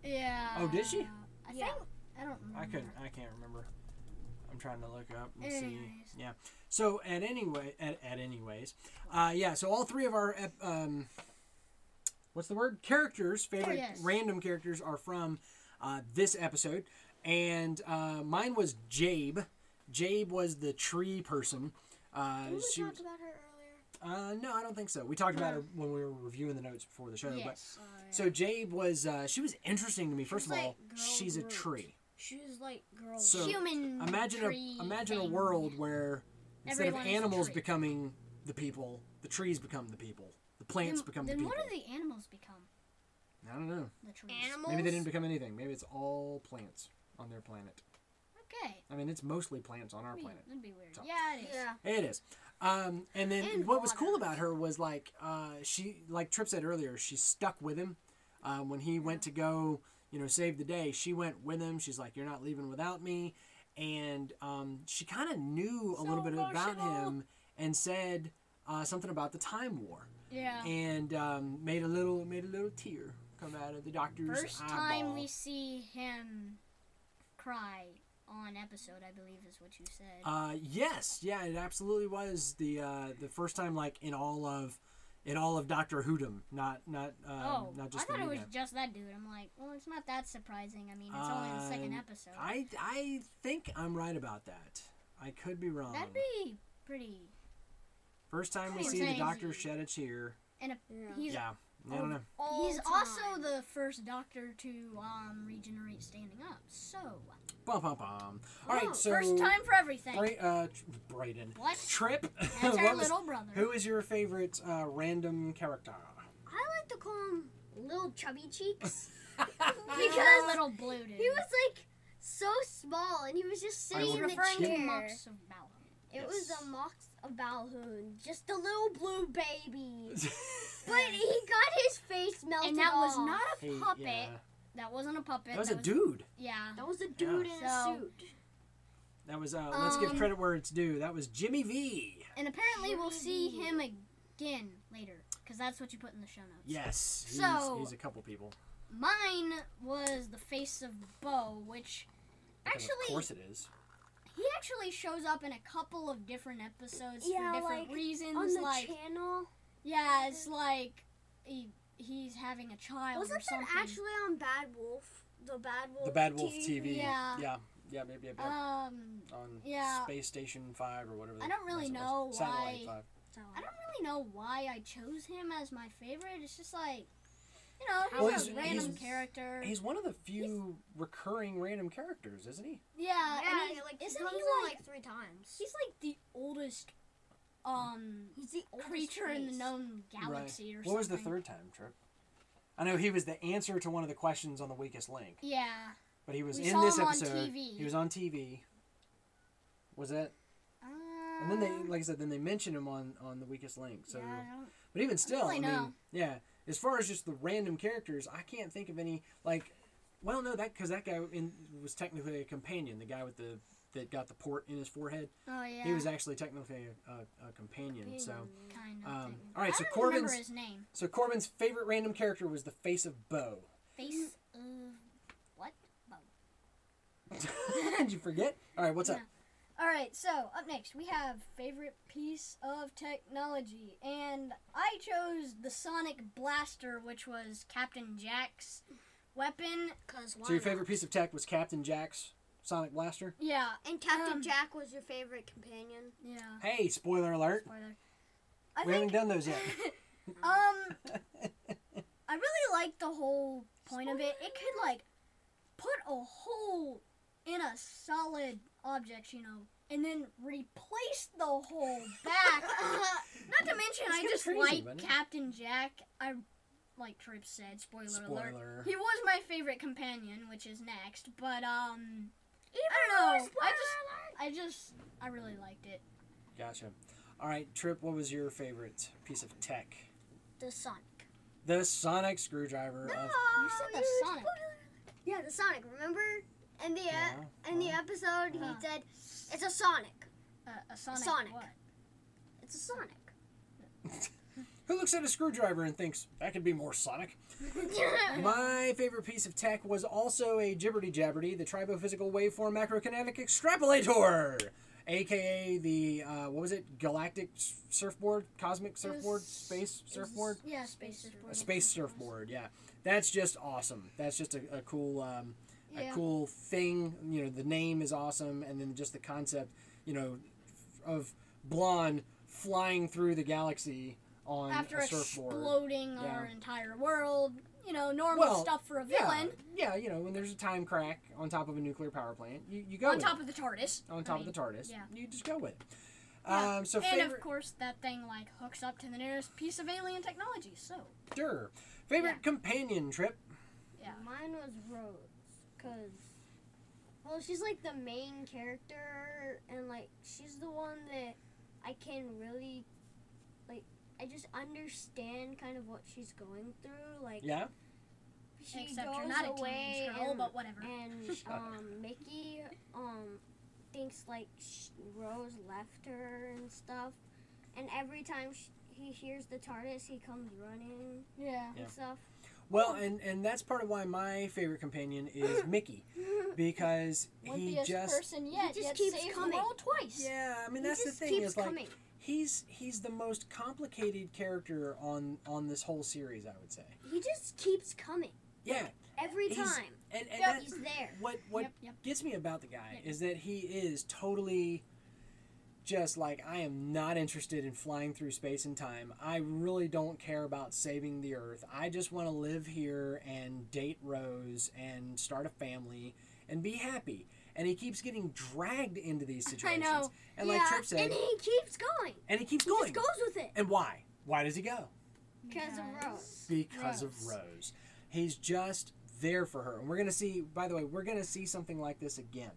[SPEAKER 2] Yeah.
[SPEAKER 1] Oh, did she?
[SPEAKER 2] I
[SPEAKER 3] Yeah.
[SPEAKER 2] think I don't. Remember.
[SPEAKER 1] I couldn't. I can't remember. I'm trying to look up and
[SPEAKER 2] Anyways.
[SPEAKER 1] see. Yeah. So at anyway, at, at anyways, uh, yeah. So all three of our ep- um, what's the word? Characters, favorite
[SPEAKER 2] Yes.
[SPEAKER 1] random characters are from uh, this episode, and uh, mine was Jabe. Jabe was the tree person. Uh,
[SPEAKER 3] Didn't we
[SPEAKER 1] she
[SPEAKER 3] talk
[SPEAKER 1] was,
[SPEAKER 3] about her earlier?
[SPEAKER 1] Uh, no, I don't think so. We talked about her when we were reviewing the notes before the show. But
[SPEAKER 2] yes.
[SPEAKER 1] so Jabe was uh, she was interesting to me. First of
[SPEAKER 5] was
[SPEAKER 1] all,
[SPEAKER 5] like Girl
[SPEAKER 1] she's a
[SPEAKER 5] Groot.
[SPEAKER 1] tree.
[SPEAKER 5] She was like girl.
[SPEAKER 1] So
[SPEAKER 2] Human
[SPEAKER 1] imagine
[SPEAKER 2] tree
[SPEAKER 1] a imagine a
[SPEAKER 2] thing.
[SPEAKER 1] world where instead
[SPEAKER 2] Everyone
[SPEAKER 1] of
[SPEAKER 2] is a
[SPEAKER 1] animals
[SPEAKER 2] tree.
[SPEAKER 1] becoming the people, the trees become the people, the plants become
[SPEAKER 2] then
[SPEAKER 1] the
[SPEAKER 2] what
[SPEAKER 1] people.
[SPEAKER 2] do the animals become?
[SPEAKER 1] I don't know.
[SPEAKER 2] The trees.
[SPEAKER 3] Animals.
[SPEAKER 1] Maybe they didn't become anything. Maybe it's all plants on their planet.
[SPEAKER 2] Okay.
[SPEAKER 1] I mean, it's mostly plants on our
[SPEAKER 2] I mean,
[SPEAKER 1] planet.
[SPEAKER 2] That'd be weird.
[SPEAKER 1] So-
[SPEAKER 2] Yeah, it is.
[SPEAKER 3] Yeah.
[SPEAKER 1] It is. Um, and then
[SPEAKER 3] And
[SPEAKER 1] what was cool
[SPEAKER 3] water.
[SPEAKER 1] about her was like uh, she, like Trip said earlier, she stuck with him um, when he went to go, you know, save the day. She went with him. She's like, "You're not leaving without me," and um, she kind of knew a little bit about him and said uh, something about the time war
[SPEAKER 2] Yeah.
[SPEAKER 1] and um, made a little made a little tear come out of the doctor's
[SPEAKER 2] First
[SPEAKER 1] eyeball.
[SPEAKER 2] time we see him cry on episode, I believe is what you said.
[SPEAKER 1] Uh, yes, yeah, it absolutely was the uh, the first time like in all of in all of Doctor Whodom, not not um,
[SPEAKER 2] oh,
[SPEAKER 1] not
[SPEAKER 2] I
[SPEAKER 1] just
[SPEAKER 2] thought
[SPEAKER 1] the
[SPEAKER 2] it
[SPEAKER 1] new
[SPEAKER 2] was
[SPEAKER 1] guy.
[SPEAKER 2] just that dude. I'm like, well, it's not that surprising. I mean, it's only the second
[SPEAKER 1] Um,
[SPEAKER 2] episode.
[SPEAKER 1] I I think I'm right about that. I could be wrong.
[SPEAKER 2] That'd be pretty.
[SPEAKER 1] first time we
[SPEAKER 2] pretty
[SPEAKER 1] see the
[SPEAKER 2] crazy.
[SPEAKER 1] Doctor shed a tear.
[SPEAKER 2] He's oh.
[SPEAKER 1] yeah, I don't know.
[SPEAKER 2] he's
[SPEAKER 3] All
[SPEAKER 2] also
[SPEAKER 3] time.
[SPEAKER 2] the first doctor to um, regenerate standing up. So
[SPEAKER 1] Bum bum bum. All right, so
[SPEAKER 2] Oh, first time for everything.
[SPEAKER 1] Bra- uh, Tr- Brayden.
[SPEAKER 2] What?
[SPEAKER 1] Trip.
[SPEAKER 2] That's our
[SPEAKER 1] what was-
[SPEAKER 2] little brother.
[SPEAKER 1] who is your favorite uh, random character?
[SPEAKER 3] I like to call him Little Chubby Cheeks
[SPEAKER 2] Our
[SPEAKER 3] because
[SPEAKER 2] little blue dude.
[SPEAKER 3] he was like so small and he was just
[SPEAKER 1] I
[SPEAKER 3] sitting
[SPEAKER 1] will
[SPEAKER 3] in the
[SPEAKER 2] referring to
[SPEAKER 3] chair.
[SPEAKER 2] Mox of Balor.
[SPEAKER 3] It was
[SPEAKER 1] Yes.
[SPEAKER 3] the Mox of Balhoon, just a little blue baby. But he got his face melted
[SPEAKER 2] And that was
[SPEAKER 3] off.
[SPEAKER 2] not
[SPEAKER 1] Hey,
[SPEAKER 2] a puppet.
[SPEAKER 1] yeah.
[SPEAKER 2] That wasn't a puppet.
[SPEAKER 1] That was a dude.
[SPEAKER 2] Yeah.
[SPEAKER 3] That was a dude in
[SPEAKER 2] So-
[SPEAKER 3] a suit.
[SPEAKER 1] That was uh, let's give
[SPEAKER 2] Um,
[SPEAKER 1] credit where it's due. That was Jimmy V.
[SPEAKER 2] And apparently we'll see him again later, because that's what you put in the show notes.
[SPEAKER 1] Yes, he's,
[SPEAKER 2] So-
[SPEAKER 1] he's a couple people.
[SPEAKER 2] Mine was the face of Bo, which
[SPEAKER 1] Because of
[SPEAKER 2] actually
[SPEAKER 1] course it is.
[SPEAKER 2] he actually shows up in a couple of different episodes
[SPEAKER 5] Yeah,
[SPEAKER 2] for different
[SPEAKER 5] like,
[SPEAKER 2] reasons.
[SPEAKER 5] on the
[SPEAKER 2] like
[SPEAKER 5] channel.
[SPEAKER 2] yeah, it's like he, he's having a child or
[SPEAKER 3] Wasn't
[SPEAKER 2] something.
[SPEAKER 3] that actually on Bad Wolf? The Bad Wolf.
[SPEAKER 1] The Bad Wolf TV.
[SPEAKER 2] yeah.
[SPEAKER 1] yeah, yeah, maybe a bit
[SPEAKER 2] um,
[SPEAKER 1] on
[SPEAKER 2] yeah.
[SPEAKER 1] Space Station Five or whatever.
[SPEAKER 2] I
[SPEAKER 1] the
[SPEAKER 2] don't really
[SPEAKER 1] mess it was.
[SPEAKER 2] know
[SPEAKER 1] Satellite
[SPEAKER 2] why-
[SPEAKER 1] Five.
[SPEAKER 2] I
[SPEAKER 3] uh,
[SPEAKER 2] don't really know why I chose him as my favorite. It's just like you know, he's
[SPEAKER 1] Well,
[SPEAKER 2] a
[SPEAKER 1] he's-
[SPEAKER 2] random
[SPEAKER 1] he's-
[SPEAKER 2] character.
[SPEAKER 1] He's one of the few recurring random characters, isn't he?
[SPEAKER 2] yeah,
[SPEAKER 3] yeah,
[SPEAKER 2] and he's,
[SPEAKER 3] like,
[SPEAKER 2] isn't
[SPEAKER 3] comes
[SPEAKER 2] he
[SPEAKER 3] in,
[SPEAKER 2] like
[SPEAKER 3] three times?
[SPEAKER 2] He's like the oldest um
[SPEAKER 3] He's the oldest
[SPEAKER 2] creature in the
[SPEAKER 3] race.
[SPEAKER 2] known galaxy or
[SPEAKER 1] What
[SPEAKER 2] something.
[SPEAKER 1] was the third time trip? I know he was the answer to one of the questions on the weakest link,
[SPEAKER 2] Yeah.
[SPEAKER 1] but he was
[SPEAKER 2] We
[SPEAKER 1] in
[SPEAKER 2] saw
[SPEAKER 1] this
[SPEAKER 2] him on
[SPEAKER 1] episode.
[SPEAKER 2] TV.
[SPEAKER 1] He was on TV. Was that? And then
[SPEAKER 4] Um,
[SPEAKER 1] they, like I said, then they mentioned him on on the weakest link. So.
[SPEAKER 2] Um, yeah, I don't-
[SPEAKER 1] But even still, I,
[SPEAKER 2] really
[SPEAKER 1] mean,
[SPEAKER 2] know.
[SPEAKER 1] yeah. As far as just the random characters, I can't think of any like. Well, no, that because that guy in, was technically a companion. The guy with the that got the port in his forehead,
[SPEAKER 2] oh yeah.
[SPEAKER 1] he was actually technically a, a, a companion. So,
[SPEAKER 2] kind of.
[SPEAKER 1] um,
[SPEAKER 2] thing.
[SPEAKER 1] all right.
[SPEAKER 2] I
[SPEAKER 1] So
[SPEAKER 2] don't remember
[SPEAKER 1] Corbin's
[SPEAKER 2] his name.
[SPEAKER 1] so Corbin's favorite random character was the face of Bo.
[SPEAKER 2] Face
[SPEAKER 1] Mm.
[SPEAKER 2] of what?
[SPEAKER 1] Did you forget? All right, what's up?
[SPEAKER 4] All right, so up next we have favorite piece of technology, and I chose the Sonic Blaster, which was
[SPEAKER 2] Captain Jack's weapon.
[SPEAKER 3] Cause why
[SPEAKER 1] So your
[SPEAKER 3] not?
[SPEAKER 1] favorite piece of tech was Captain Jack's sonic blaster.
[SPEAKER 2] Yeah.
[SPEAKER 3] And Captain
[SPEAKER 2] Um,
[SPEAKER 3] Jack was your favorite companion.
[SPEAKER 2] Yeah.
[SPEAKER 1] Hey, spoiler alert!
[SPEAKER 2] Spoiler.
[SPEAKER 4] I
[SPEAKER 1] we
[SPEAKER 4] think
[SPEAKER 1] haven't done those yet.
[SPEAKER 4] um I really like the whole point of it. It could like put a hole in a solid object, you know, and then replace the hole back. Not to mention,
[SPEAKER 1] It's
[SPEAKER 4] I
[SPEAKER 1] kinda
[SPEAKER 4] just
[SPEAKER 1] crazy,
[SPEAKER 4] like
[SPEAKER 1] wasn't it?
[SPEAKER 2] Captain Jack, I like Trip said, spoiler, alert.
[SPEAKER 1] spoiler.
[SPEAKER 2] He was my favorite companion, which is next, but um
[SPEAKER 4] I
[SPEAKER 2] I
[SPEAKER 4] don't know. I just
[SPEAKER 2] I just I really liked it.
[SPEAKER 1] Gotcha. All right, Trip. What was your favorite piece of tech?
[SPEAKER 3] The Sonic.
[SPEAKER 1] The sonic screwdriver. Of,
[SPEAKER 2] You said the Sonic.
[SPEAKER 3] Yeah, the Sonic. Remember? And the e-
[SPEAKER 1] Yeah,
[SPEAKER 3] in the episode,
[SPEAKER 2] Yeah.
[SPEAKER 3] he said, "It's a Sonic.
[SPEAKER 2] Uh, a Sonic,
[SPEAKER 3] Sonic.
[SPEAKER 2] what?
[SPEAKER 3] It's a Sonic."
[SPEAKER 1] who looks at a screwdriver and thinks that could be more sonic?
[SPEAKER 3] Uh-huh.
[SPEAKER 1] My favorite piece of tech was also a gibberty jabberty, the tribophysical waveform macrokinetic extrapolator, aka the uh, what was it? Galactic s- surfboard, cosmic surfboard, space surfboard.
[SPEAKER 2] Yeah, space surfboard.
[SPEAKER 1] a space surfboard. Yeah, that's just awesome. That's just a, a cool, um, a
[SPEAKER 2] Yeah.
[SPEAKER 1] cool thing. You know, the name is awesome, and then just the concept, you know, of blonde flying through the galaxy on
[SPEAKER 2] after
[SPEAKER 1] a surfboard.
[SPEAKER 2] exploding
[SPEAKER 1] Yeah.
[SPEAKER 2] our entire world. You know, normal
[SPEAKER 1] Well,
[SPEAKER 2] stuff for a
[SPEAKER 1] yeah,
[SPEAKER 2] villain
[SPEAKER 1] yeah, you know, when there's a time crack on top of a nuclear power plant, you, you go
[SPEAKER 2] on
[SPEAKER 1] with
[SPEAKER 2] top of the TARDIS.
[SPEAKER 1] it. on top of the TARDIS.
[SPEAKER 2] yeah.
[SPEAKER 1] You just go with it.
[SPEAKER 2] Yeah.
[SPEAKER 1] Um, so
[SPEAKER 2] and
[SPEAKER 1] favorite,
[SPEAKER 2] of course, that thing like hooks up to the nearest piece of alien technology. So
[SPEAKER 1] sure. favorite
[SPEAKER 2] Yeah.
[SPEAKER 1] companion trip.
[SPEAKER 2] Yeah.
[SPEAKER 5] Mine was Rose, cause well, she's like the main character, and like she's the one that I can really like. I just understand kind of what she's going through. Like
[SPEAKER 1] Yeah,
[SPEAKER 5] she
[SPEAKER 2] except
[SPEAKER 5] goes
[SPEAKER 2] you're not a
[SPEAKER 5] away
[SPEAKER 2] teenage girl,
[SPEAKER 5] and,
[SPEAKER 2] but whatever.
[SPEAKER 5] and
[SPEAKER 1] Shut up.
[SPEAKER 5] um, Mickey um thinks like sh- Rose left her and stuff, and every time sh he hears the TARDIS, he comes running
[SPEAKER 2] yeah.
[SPEAKER 1] Yeah.
[SPEAKER 5] and stuff.
[SPEAKER 1] Well, and and that's part of why my favorite companion is Mickey because he
[SPEAKER 2] Wimpiest
[SPEAKER 1] just
[SPEAKER 2] person yet.
[SPEAKER 5] just
[SPEAKER 2] yet
[SPEAKER 5] keeps
[SPEAKER 2] saved
[SPEAKER 5] coming.
[SPEAKER 2] the world twice.
[SPEAKER 1] yeah. I mean,
[SPEAKER 5] he
[SPEAKER 1] that's the
[SPEAKER 5] just
[SPEAKER 1] thing
[SPEAKER 5] keeps
[SPEAKER 1] is like
[SPEAKER 5] coming.
[SPEAKER 1] he's he's the most complicated character on on this whole series. I would say.
[SPEAKER 5] He just keeps coming
[SPEAKER 1] Yeah,
[SPEAKER 5] every
[SPEAKER 1] He's-
[SPEAKER 5] time.
[SPEAKER 1] and and
[SPEAKER 2] Yeah,
[SPEAKER 1] that-
[SPEAKER 5] He's there.
[SPEAKER 1] what what
[SPEAKER 2] Yep, yep.
[SPEAKER 1] gets me about the guy
[SPEAKER 2] Yep.
[SPEAKER 1] is that he is totally just like I am not interested in flying through space and time. I really don't care about saving the earth. I just want to live here and date Rose and start a family and be happy. And he keeps getting dragged into these
[SPEAKER 2] I
[SPEAKER 1] situations.
[SPEAKER 2] know.
[SPEAKER 1] And like
[SPEAKER 5] yeah,
[SPEAKER 1] Trip said,
[SPEAKER 5] and
[SPEAKER 1] and he,
[SPEAKER 5] he keeps going.
[SPEAKER 1] keeps
[SPEAKER 5] He just
[SPEAKER 1] going.
[SPEAKER 5] goes with it
[SPEAKER 1] And why? Why does he go?
[SPEAKER 5] because of Rose.
[SPEAKER 1] because of
[SPEAKER 2] Rose.
[SPEAKER 1] Rose. He's just there for her, and we're gonna see. By the way, we're gonna see something like this again.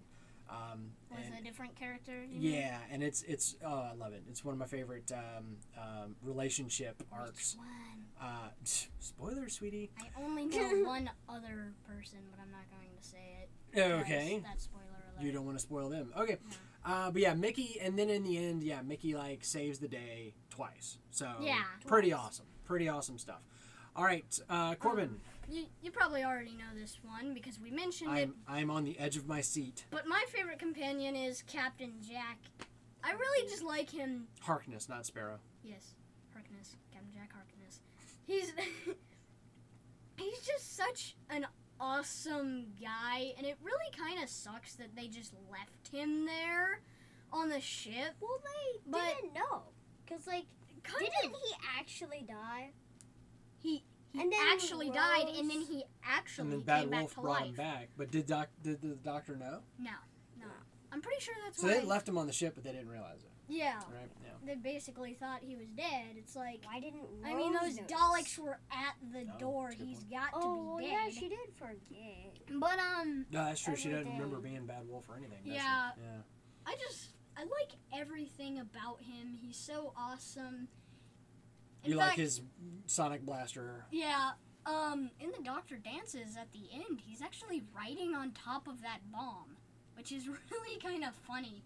[SPEAKER 1] Um,
[SPEAKER 2] Was
[SPEAKER 1] and-
[SPEAKER 2] a different character. you mean?
[SPEAKER 1] yeah, and it's it's oh, I love it. It's one of my favorite um, um, relationship arcs.
[SPEAKER 2] One.
[SPEAKER 1] Uh, spoiler, sweetie.
[SPEAKER 2] I only know one other person, but I'm not going to say it. 'cause
[SPEAKER 1] Okay,
[SPEAKER 2] That's spoiler alert.
[SPEAKER 1] you don't want to spoil them. Okay, uh, but yeah, Mickey, and then in the end, yeah, Mickey like saves the day twice. So
[SPEAKER 2] Yeah.
[SPEAKER 1] pretty awesome, pretty awesome stuff. All right, uh, Corbin,
[SPEAKER 2] You, you probably already know this one because we mentioned it,
[SPEAKER 1] I'm I'm on the edge of my seat.
[SPEAKER 2] but my favorite companion is Captain Jack. I really just like him.
[SPEAKER 1] Harkness, not Sparrow.
[SPEAKER 2] Yes, Harkness. Captain Jack Harkness. He's he's just such an awesome guy, and it really kind of sucks that they just left him there on the ship.
[SPEAKER 5] Well, they
[SPEAKER 2] But-
[SPEAKER 5] didn't know because like
[SPEAKER 2] Kind of-
[SPEAKER 5] didn't he actually die?
[SPEAKER 2] He, he
[SPEAKER 5] And then
[SPEAKER 2] actually died, and then
[SPEAKER 5] Rose-
[SPEAKER 2] he actually
[SPEAKER 1] and then Bad
[SPEAKER 2] came back
[SPEAKER 1] Wolf
[SPEAKER 2] to
[SPEAKER 1] brought
[SPEAKER 2] life.
[SPEAKER 1] him back. But did doc did the doctor know?
[SPEAKER 2] I'm pretty sure that's
[SPEAKER 1] So
[SPEAKER 2] why.
[SPEAKER 1] they left him on the ship, but they didn't realize it,
[SPEAKER 2] Yeah,
[SPEAKER 1] right? Yeah.
[SPEAKER 2] they basically thought he was dead. It's like
[SPEAKER 5] Why didn't
[SPEAKER 2] I mean,
[SPEAKER 5] Rose
[SPEAKER 2] those
[SPEAKER 5] notice?
[SPEAKER 2] Daleks were at the
[SPEAKER 1] Oh,
[SPEAKER 2] door.
[SPEAKER 1] that's a good
[SPEAKER 2] He's
[SPEAKER 1] point.
[SPEAKER 2] got to
[SPEAKER 5] Oh well,
[SPEAKER 2] be
[SPEAKER 5] yeah,
[SPEAKER 2] dead.
[SPEAKER 5] she did forget.
[SPEAKER 2] But um,
[SPEAKER 1] No, that's true. she
[SPEAKER 5] Every
[SPEAKER 1] doesn't remember
[SPEAKER 5] day.
[SPEAKER 1] being Bad Wolf or anything. does she?
[SPEAKER 2] Yeah.
[SPEAKER 1] Yeah.
[SPEAKER 2] I just I like everything about him. He's so awesome. In
[SPEAKER 1] You like
[SPEAKER 2] fact,
[SPEAKER 1] his sonic blaster?
[SPEAKER 2] yeah. Um, in the Doctor dances at the end, he's actually riding on top of that bomb, which is really kind of funny.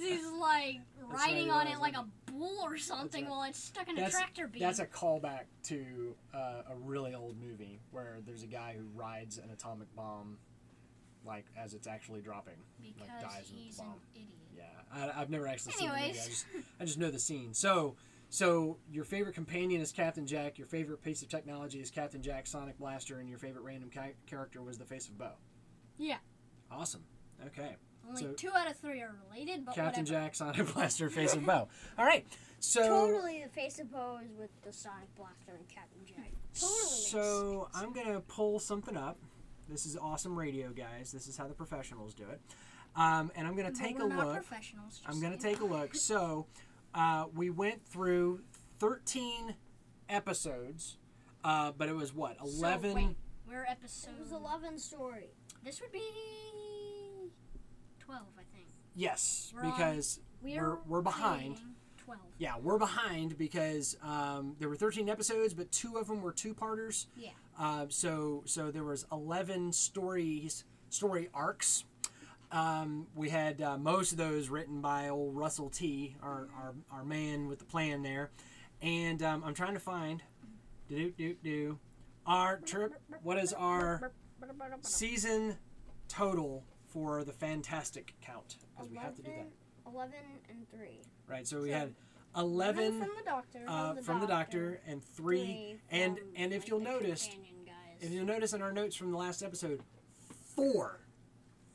[SPEAKER 2] he's like
[SPEAKER 1] right, he
[SPEAKER 2] riding on
[SPEAKER 1] rides
[SPEAKER 2] it
[SPEAKER 1] on
[SPEAKER 2] like a bull or something
[SPEAKER 1] right.
[SPEAKER 2] while it's stuck in
[SPEAKER 1] That's-
[SPEAKER 2] a tractor beam.
[SPEAKER 1] That's a callback to uh, a really old movie where there's a guy who rides an atomic bomb, like as it's actually dropping.
[SPEAKER 2] because
[SPEAKER 1] dies with the
[SPEAKER 2] he's an
[SPEAKER 1] bomb.
[SPEAKER 2] idiot.
[SPEAKER 1] Yeah, I, I've never actually seen the movie. I
[SPEAKER 2] Anyways.
[SPEAKER 1] just, I just know the scene. So, so your favorite companion is Captain Jack. Your favorite piece of technology is Captain Jack Sonic Blaster, and your favorite random ca- character was the Face of Bo.
[SPEAKER 2] Yeah.
[SPEAKER 1] Awesome. Okay.
[SPEAKER 2] Only
[SPEAKER 1] So-
[SPEAKER 2] two out of three are related, but
[SPEAKER 1] Captain
[SPEAKER 2] whatever.
[SPEAKER 1] Jack Sonic Blaster, Face of Bo. All right. So.
[SPEAKER 5] Totally, the face of Bo is with the Sonic Blaster and Captain Jack. Totally. makes
[SPEAKER 1] So
[SPEAKER 5] sense.
[SPEAKER 1] I'm gonna pull something up. This is awesome radio, guys. This is how the professionals do it. Um, and I'm gonna
[SPEAKER 2] But
[SPEAKER 1] take
[SPEAKER 2] we're
[SPEAKER 1] a
[SPEAKER 2] not
[SPEAKER 1] look.
[SPEAKER 2] Professionals, just
[SPEAKER 1] I'm going to
[SPEAKER 2] saying.
[SPEAKER 1] take a look. So, uh, we went through 13 episodes, uh, but it was what?
[SPEAKER 2] So,
[SPEAKER 1] 11?
[SPEAKER 2] wait, we're
[SPEAKER 5] it
[SPEAKER 2] episode.
[SPEAKER 5] was a eleven story.
[SPEAKER 2] This would be twelve, I think.
[SPEAKER 1] yes,
[SPEAKER 2] We're on-
[SPEAKER 1] because We're- we're behind.
[SPEAKER 2] reading Twelve.
[SPEAKER 1] yeah, we're behind because um, there were 13 episodes, but two of them were two-parters.
[SPEAKER 2] Yeah.
[SPEAKER 1] Uh, so so there was 11 stories, story arcs. Um, we had uh, most of those written by old Russell T, our, our, our man with the plan there. And um, I'm trying to find do do do our trip. What is our season total for the Fantastic count? Because we have to do that,
[SPEAKER 5] Eleven and three.
[SPEAKER 1] right? So we had 11
[SPEAKER 5] from the doctor.
[SPEAKER 1] uh, from the doctor and three, and
[SPEAKER 5] from,
[SPEAKER 1] and if
[SPEAKER 5] like,
[SPEAKER 1] you'll
[SPEAKER 5] the
[SPEAKER 1] notice
[SPEAKER 5] companion guys.
[SPEAKER 1] if you'll notice in our notes from the last episode four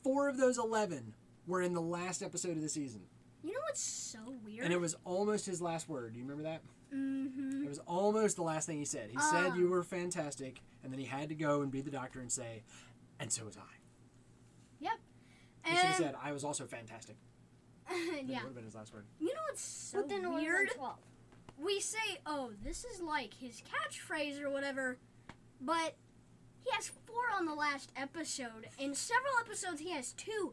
[SPEAKER 1] four of those 11 were in the last episode of the season
[SPEAKER 2] You know what's so weird?
[SPEAKER 1] And it was almost his last word. Do you remember that?
[SPEAKER 2] Mm-hmm.
[SPEAKER 1] It was almost the last thing he said. He
[SPEAKER 2] Ah.
[SPEAKER 1] said you were fantastic, and then he had to go and be the doctor and say, "And so was I." He should have
[SPEAKER 2] And
[SPEAKER 1] said, "I was also fantastic." That
[SPEAKER 2] yeah,
[SPEAKER 1] would have been his last word.
[SPEAKER 2] you know what's so
[SPEAKER 5] but then it would've been
[SPEAKER 2] weird?
[SPEAKER 5] 12.
[SPEAKER 2] we say, oh, this is like his catchphrase or whatever, but he has four on the last episode. In several episodes, he has two,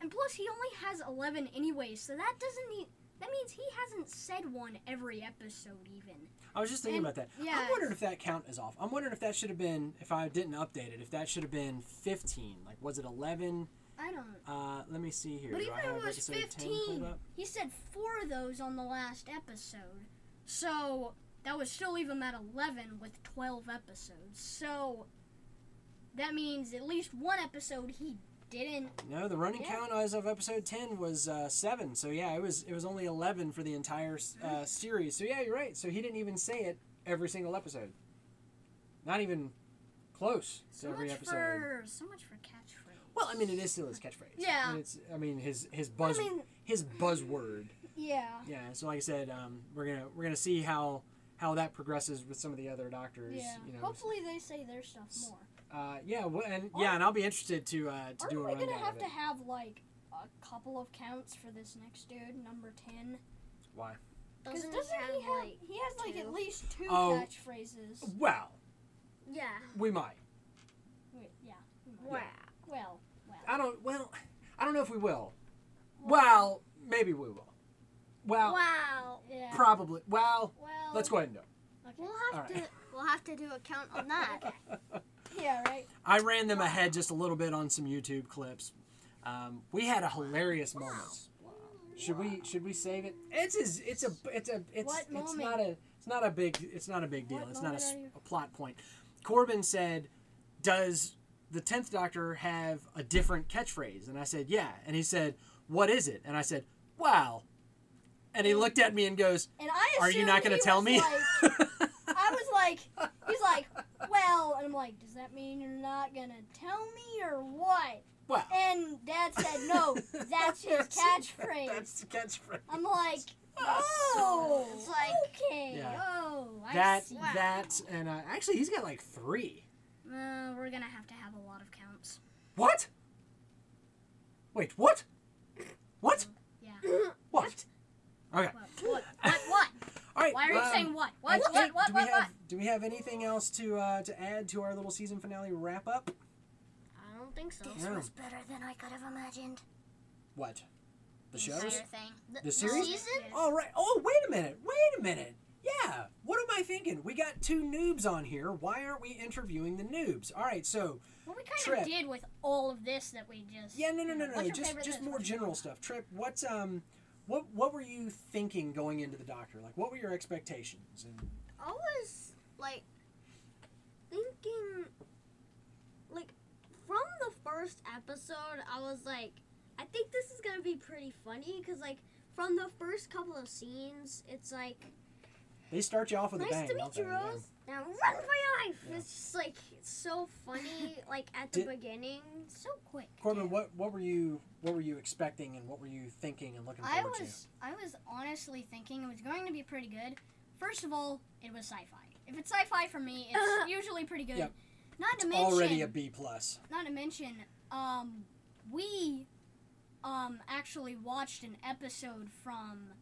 [SPEAKER 2] and plus he only has eleven anyway. So that doesn't need. That means he hasn't said one every episode, even.
[SPEAKER 1] I was just thinking
[SPEAKER 2] And-
[SPEAKER 1] about that.
[SPEAKER 2] yeah.
[SPEAKER 1] I'm wondering if that count is off. I'm wondering if that should have been, if I didn't update it, if that should have been 15. Like, was it 11?
[SPEAKER 2] I don't. know.
[SPEAKER 1] Uh, let me see here.
[SPEAKER 2] But
[SPEAKER 1] Do
[SPEAKER 2] even
[SPEAKER 1] I
[SPEAKER 2] if
[SPEAKER 1] have
[SPEAKER 2] it was
[SPEAKER 1] episode 10 pulled
[SPEAKER 2] fifteen,
[SPEAKER 1] up?
[SPEAKER 2] he said four of those on the last episode, so that would still leave him at eleven with twelve episodes. So that means at least one episode he didn't
[SPEAKER 1] No, the running
[SPEAKER 2] Yeah.
[SPEAKER 1] count as of episode 10 was uh, 7. So, yeah, it was it was only 11 for the entire uh,
[SPEAKER 2] Mm.
[SPEAKER 1] series. So, yeah, you're right. So, he didn't even say it every single episode. Not even close to
[SPEAKER 2] So
[SPEAKER 1] every
[SPEAKER 2] much
[SPEAKER 1] episode.
[SPEAKER 2] for so much for catchphrase.
[SPEAKER 1] Well, I mean, it is still his catchphrase.
[SPEAKER 2] Yeah.
[SPEAKER 1] And it's, I mean, his his buzz
[SPEAKER 2] mean-
[SPEAKER 1] his buzzword.
[SPEAKER 2] yeah,
[SPEAKER 1] Yeah. So, like I said, um, we're gonna we're gonna see how how that progresses with some of the other doctors.
[SPEAKER 2] yeah.
[SPEAKER 1] You know.
[SPEAKER 2] Hopefully they say their stuff more.
[SPEAKER 1] Uh, yeah. Well, and yeah, and I'll be interested to uh, to
[SPEAKER 2] Aren't
[SPEAKER 1] do a
[SPEAKER 2] we
[SPEAKER 1] rundown
[SPEAKER 2] gonna have
[SPEAKER 1] of it.
[SPEAKER 2] to have like a couple of counts for this next dude, number ten?
[SPEAKER 1] Why?
[SPEAKER 2] Because
[SPEAKER 5] Doesn't,
[SPEAKER 2] doesn't,
[SPEAKER 5] he have,
[SPEAKER 2] he have?
[SPEAKER 5] like,
[SPEAKER 2] he has like
[SPEAKER 5] two?
[SPEAKER 2] at least two
[SPEAKER 1] Oh.
[SPEAKER 2] catchphrases.
[SPEAKER 1] Well,
[SPEAKER 5] yeah.
[SPEAKER 1] we might.
[SPEAKER 2] Wait, yeah. we might.
[SPEAKER 5] Wow.
[SPEAKER 2] Well,
[SPEAKER 1] I don't. Well, I don't know if we will. Well, maybe we will. Well,
[SPEAKER 5] Wow.
[SPEAKER 2] yeah.
[SPEAKER 1] probably. Well,
[SPEAKER 2] well,
[SPEAKER 1] let's go ahead and do
[SPEAKER 5] We'll
[SPEAKER 1] All
[SPEAKER 5] have
[SPEAKER 1] right.
[SPEAKER 5] to we'll have to do a count on that.
[SPEAKER 1] it.
[SPEAKER 2] Yeah, right.
[SPEAKER 1] I ran them ahead just a little bit on some YouTube clips. Um, we had a hilarious moment. Should we should we save it? It's is it's a it's a it's
[SPEAKER 2] What
[SPEAKER 1] it's
[SPEAKER 2] moment?
[SPEAKER 1] not a it's not a big it's not a big deal.
[SPEAKER 2] What
[SPEAKER 1] it's not a,
[SPEAKER 2] moment
[SPEAKER 1] s-
[SPEAKER 2] are you-
[SPEAKER 1] a plot point. Corbin said, "Does the tenth Doctor have a different catchphrase?" And I said, "Yeah." And he said, "What is it?" And I said, "Wow." And he looked at me and goes,
[SPEAKER 2] And I
[SPEAKER 1] "Are you not
[SPEAKER 2] assumed
[SPEAKER 1] going
[SPEAKER 2] he
[SPEAKER 1] to tell
[SPEAKER 2] was
[SPEAKER 1] me?"
[SPEAKER 2] like- I was like, he's like, well, and I'm like, does that mean you're not gonna tell me or what?
[SPEAKER 1] wow.
[SPEAKER 2] And Dad said, no, that's his catchphrase.
[SPEAKER 1] That's the catchphrase.
[SPEAKER 2] I'm like, oh,
[SPEAKER 5] It's like-
[SPEAKER 2] okay,
[SPEAKER 1] Yeah.
[SPEAKER 2] oh, I
[SPEAKER 1] that
[SPEAKER 2] see.
[SPEAKER 5] Wow.
[SPEAKER 1] that and uh, actually he's got like three.
[SPEAKER 2] Uh, we're gonna have to have a lot of counts.
[SPEAKER 1] What? Wait, what? What?
[SPEAKER 2] Yeah.
[SPEAKER 1] What?
[SPEAKER 2] What? What? What? what?
[SPEAKER 1] All right.
[SPEAKER 2] Why are you
[SPEAKER 1] um,
[SPEAKER 2] saying what? What?
[SPEAKER 1] do-
[SPEAKER 2] What? What?
[SPEAKER 1] do we
[SPEAKER 2] What?
[SPEAKER 1] have
[SPEAKER 2] What?
[SPEAKER 1] do we have anything else to uh, to add to our little season finale wrap up?
[SPEAKER 5] I don't think so.
[SPEAKER 1] This Yeah. was
[SPEAKER 5] better than I could have imagined.
[SPEAKER 1] What? The
[SPEAKER 3] Entire
[SPEAKER 1] shows?
[SPEAKER 3] thing.
[SPEAKER 1] The series?
[SPEAKER 5] Season?
[SPEAKER 1] All right. Oh, wait a minute. Wait a minute. Yeah. What am I thinking? We got two noobs on here. Why aren't we interviewing the noobs? All right. So
[SPEAKER 2] Well, we kind
[SPEAKER 1] Trip.
[SPEAKER 2] of did with all of this that we just.
[SPEAKER 1] yeah, no, no, no, no,
[SPEAKER 2] What's
[SPEAKER 1] no.
[SPEAKER 2] your
[SPEAKER 1] Just
[SPEAKER 2] favorite
[SPEAKER 1] just
[SPEAKER 2] this?
[SPEAKER 1] more
[SPEAKER 2] What's your
[SPEAKER 1] general
[SPEAKER 2] favorite
[SPEAKER 1] stuff. Trip. What's um, what what were you thinking going into the doctor? Like, what were your expectations? And
[SPEAKER 5] I was like thinking like from the first episode I was like I think this is going to be pretty funny cuz like from the first couple of scenes it's like
[SPEAKER 1] They start you off with a bang.
[SPEAKER 5] nice to meet
[SPEAKER 1] don't they?
[SPEAKER 5] you
[SPEAKER 1] Yeah.
[SPEAKER 5] Rose now run for your life
[SPEAKER 1] Yeah.
[SPEAKER 5] it's just like it's so funny like at the
[SPEAKER 1] Did-
[SPEAKER 5] beginning
[SPEAKER 2] So quick.
[SPEAKER 1] Corbin, what what were you what were you expecting and what were you thinking and looking
[SPEAKER 2] I
[SPEAKER 1] forward
[SPEAKER 2] was I was honestly thinking it was going to be pretty good. First of all, it was sci-fi. If it's sci-fi for me, it's usually pretty good.
[SPEAKER 1] Yep.
[SPEAKER 2] Not to
[SPEAKER 1] to?
[SPEAKER 2] mention
[SPEAKER 1] Already a B plus.
[SPEAKER 2] not to mention um we um actually watched an episode from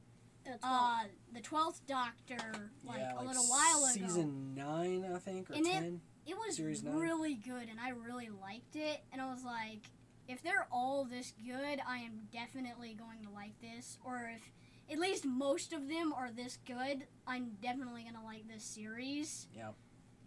[SPEAKER 5] the 12th.
[SPEAKER 2] uh the 12th Doctor like
[SPEAKER 1] yeah,
[SPEAKER 2] a
[SPEAKER 1] like
[SPEAKER 2] little while ago.
[SPEAKER 1] Season nine, I think, or
[SPEAKER 2] And it-
[SPEAKER 1] ten.
[SPEAKER 2] It was
[SPEAKER 1] Series nine?
[SPEAKER 2] really good, and I really liked it. And I was like, if they're all this good, I am definitely going to like this. Or if at least most of them are this good, I'm definitely going to like this series.
[SPEAKER 1] Yeah.